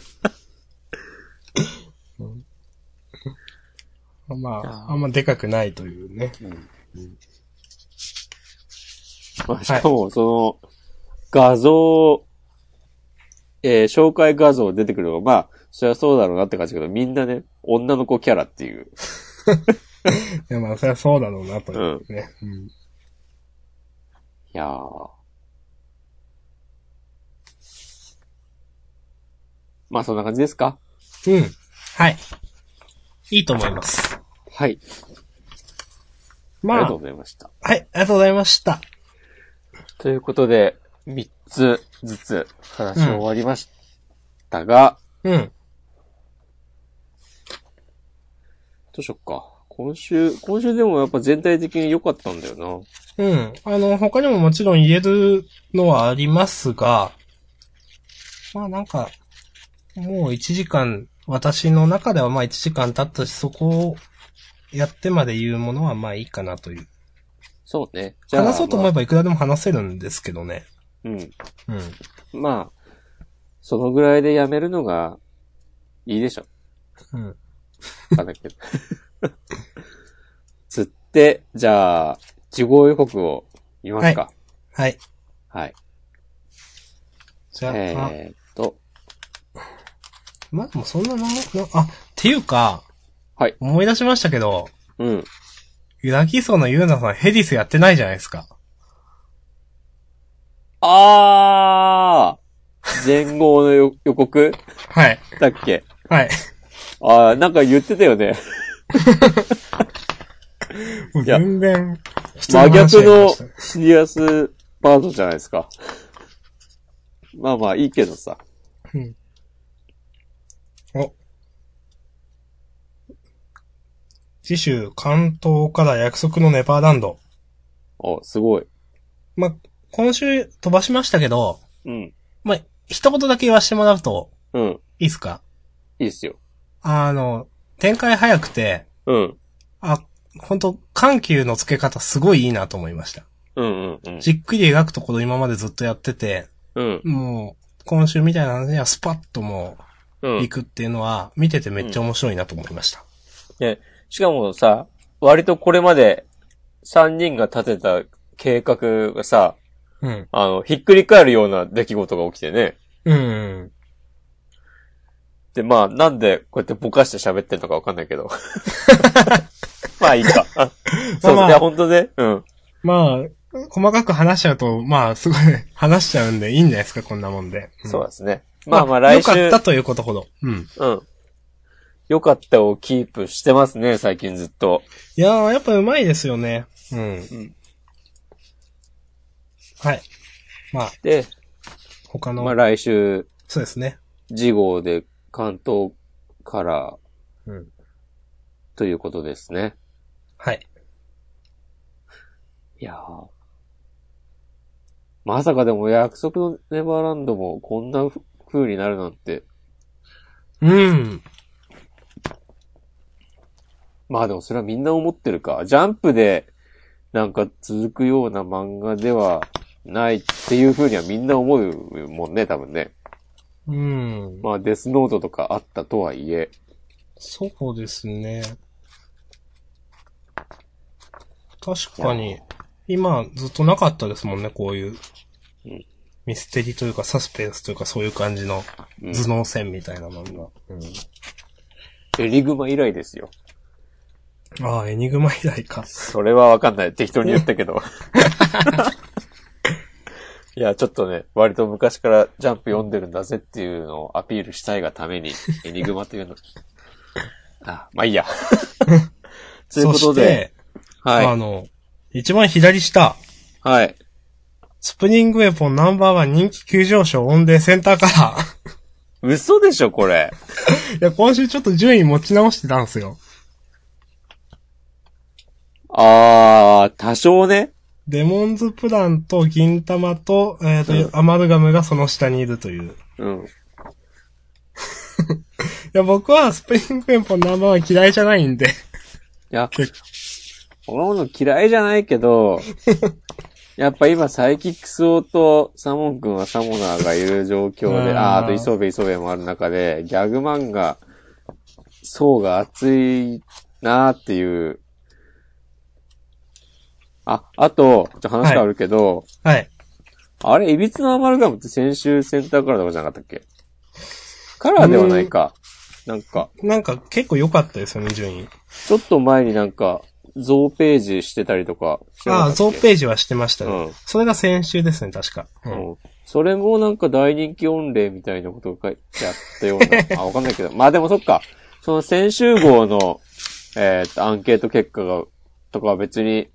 うんまあ、あんまでかくないというね。
まあ、しかも、その、画像、えー紹介画像出てくるのが、まあ、そりゃそうだろうなって感じだけど、みんなね、女の子キャラっていう。
いやまあ、そりゃそうだろうなというね。
いやー。まあ、そんな感じですか
うん。はい。いいと思います。
はい。あり
ま
が
あ
とう、ございました。
はい、ありがとうございました。
ということで、3つずつ話し終わりましたが、
うん。
どうしよっか。今週、今週でもやっぱ全体的に良かったんだよな。
うん。あの、他にももちろん言えるのはありますが、まあなんか、もう1時間、私の中ではまあ1時間経ったし、そこをやってまで言うものはまあいいかなという。
そうね。じゃあ、
話そうと思え
ば、
ばいくらでも話せるんですけどね。
うん。
うん。
まあ、そのぐらいでやめるのが、いいでしょ。
うん。
わかんないけど。 つって、じゃあ、事後予告を見ますか。
はい。
はい。
じゃあ、あ
えーっと、
まあでもそんなな、なあ、っていうか、
はい
思い出しましたけど、
うん。
ユラキソのユーナさんヘディスやってないじゃないですか。
あー前後のよ予告
はい。
だっけ
はい。
あーなんか言ってたよね。
もう
や
全然、普通
真
話
逆
になり
の
ました
シリアスパートじゃないですか。まあまあいいけどさ。
お。次週、関東から約束のネパーランド。
お、すごい。
ま、今週飛ばしましたけど、
うん。
ま、一言だけ言わせてもらうと、
うん。
いいですか
いいっすよ。
あの、展開早くて、
うん。
あ、本当緩急の付け方すごいいいなと思いました。
うんうんうん。
じっくり描くところ今までずっとやってて、
うん。
もう、今週みたいな話にはスパッとも
う
うん行。くっていうのは、見ててめっちゃ面白いなと思いました。
ね、しかもさ、割とこれまで3人が立てた計画がさ、
うん。
あの、ひっくり返るような出来事が起きてね。
うん。
で、まあ、なんでこうやってぼかして喋ってんのかわかんないけど。 まあいいか。あそう
まあま
で
あ
すね、ほんとね。うん。
まあ、細かく話しちゃうと、まあ、すごい話しちゃうんで、いいんじゃないですか、こんなもんで。ん
そうですね。まあまあ来週。
よかったということほど。うん。
うん。良かったをキープしてますね、最近ずっと。
いやー、やっぱうまいですよね。うん。
ん
はい。まあ、
で、
他の、
まあ来週、
そうですね。
次号で関東から
うん。
ということですね。
はい。
いやーまさかでも約束のネバーランドもこんな風になるなんて。
うん。
まあでもそれはみんな思ってるか。ジャンプでなんか続くような漫画ではないっていう風にはみんな思うもんね、多分ね。
うん。
まあデスノートとかあったとはいえ。
そうですね。確か
い
に
や、
今ずっとなかったですもんね、こういう
うん。
ミステリーというか、サスペンスというか、そういう感じの
うん
頭脳戦みたいな漫画。うん
エリグマ以来ですよ。
ああ、エニグマ以来か。
それはわかんない。適当に言ったけど。いや、ちょっとね、割と昔からジャンプ読んでるんだぜっていうのをアピールしたいがために、エニグマというの。あ、まあいいや。ということで、は
あ
い。
の、一番左下、
はい。
スプリングウェポンナンバーワン人気急上昇オンデーセンターカ ラ
嘘でしょ、これ。
ー。いや、今週ちょっと順位持ち直してたんですよ。
あー、多少ね。
デモンズプランと銀玉と、えっ、と、
うん
アマルガムがその下にいるという。
うん。
いや、僕はスプリングウェポンナンバーワン嫌いじゃない んで。
いや
結、
このもの嫌いじゃないけ ど、やっぱ今サイキックスオとサモン君はサモナーがいる状況で、
うん
あーあと磯部磯部もある中で、ギャグ漫画、層が厚いなーっていう。あ、あと、ちょっと話変わるけど、
はい。
あれ、いびつのアマルガムって先週センターカラーとかじゃなかったっけカラーではないか。なんか、
なんか結構良かったですよね、順位。
ちょっと前になんか、増ページしてたりとかしてな
あ
か
あ、
ったっ
増
け。
ページはしてましたね。
うん
それが先週ですね、確か。うん。
うんそれもなんか大人気御礼みたいなことが書いてあったよう な。あ、わかんないけど。まあでもそっか。その先週号の、えーっと、アンケート結果がとかは別に、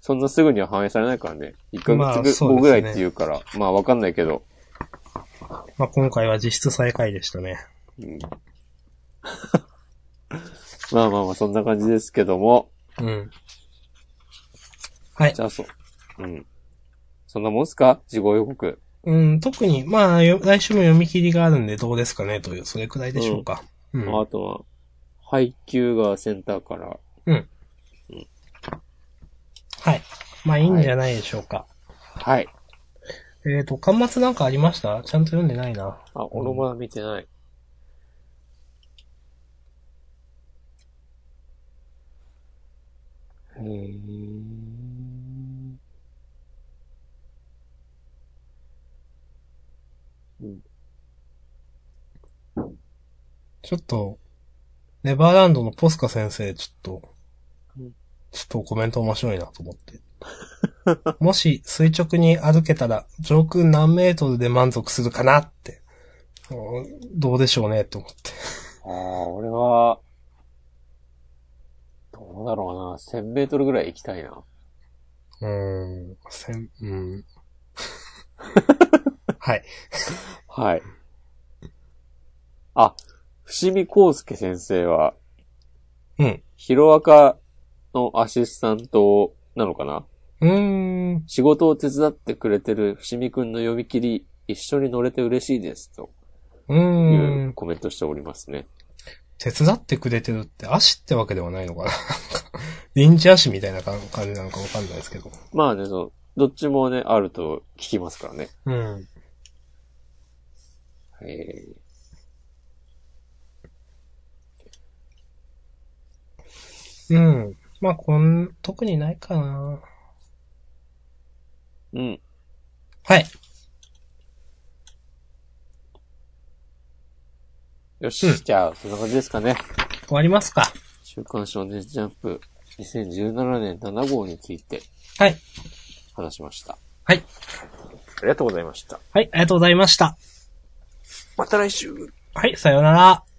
そんなすぐには反映されないからね。1
まあ
ヶ月
そう
後
です
ぐ
ね
らいっていうから、まあわかんないけど。
まあ、今回は実質最下位でしたね。
うん、 まあまあまあ、そんな感じですけども。
うん。はい
じ。ゃあそう。うん。そんなもんすか事後予告。
うん、特に、まあ、よ来週も読み切りがあるんでどうですかねという、それくらいでしょうか。うん。
まああとは、配給がセンターから。
はい。まあ、いいんじゃないでしょうか。
はい。
えっ、と、巻末なんかありましたちゃんと読んでないな。
あ、俺まだ見てない。へー
ちょっと、ネバーランドのポスカ先生、ちょっと
うん、
ちょっとコメント面白いなと思って。 もし垂直に歩けたら、上空何メートルで満足するかなって。うんどうでしょうね、と思って。
ああ、俺は、どうだろうな。1000メートルぐらい行きたいな。
うーん、せん、うん。 はい。
はい。あ、伏見康介先生は、
うん。
ヒロアカのアシスタントなのかな
うーん。
仕事を手伝ってくれてる伏見くんの読み切り、一緒に乗れて嬉しいです、と
う
い
ー。
うんコメントしておりますね。
手伝ってくれてるって、足ってわけではないのか な。なんか臨時足みたいな感感じなのかわかんないですけど。
まあね、その、どっちもね、あると聞きますからね。
うん。
えー
うん。まあ、こん、特にないかな。
うん。
はい。
よし、
うん
じゃあ、そんな感じですかね。
終わりますか。
週刊少年ジャンプ2017年7号について
はい。
話しました。
はい。
ありがとうございました。
はい、ありがとうございました。
また来週
はい、さようなら。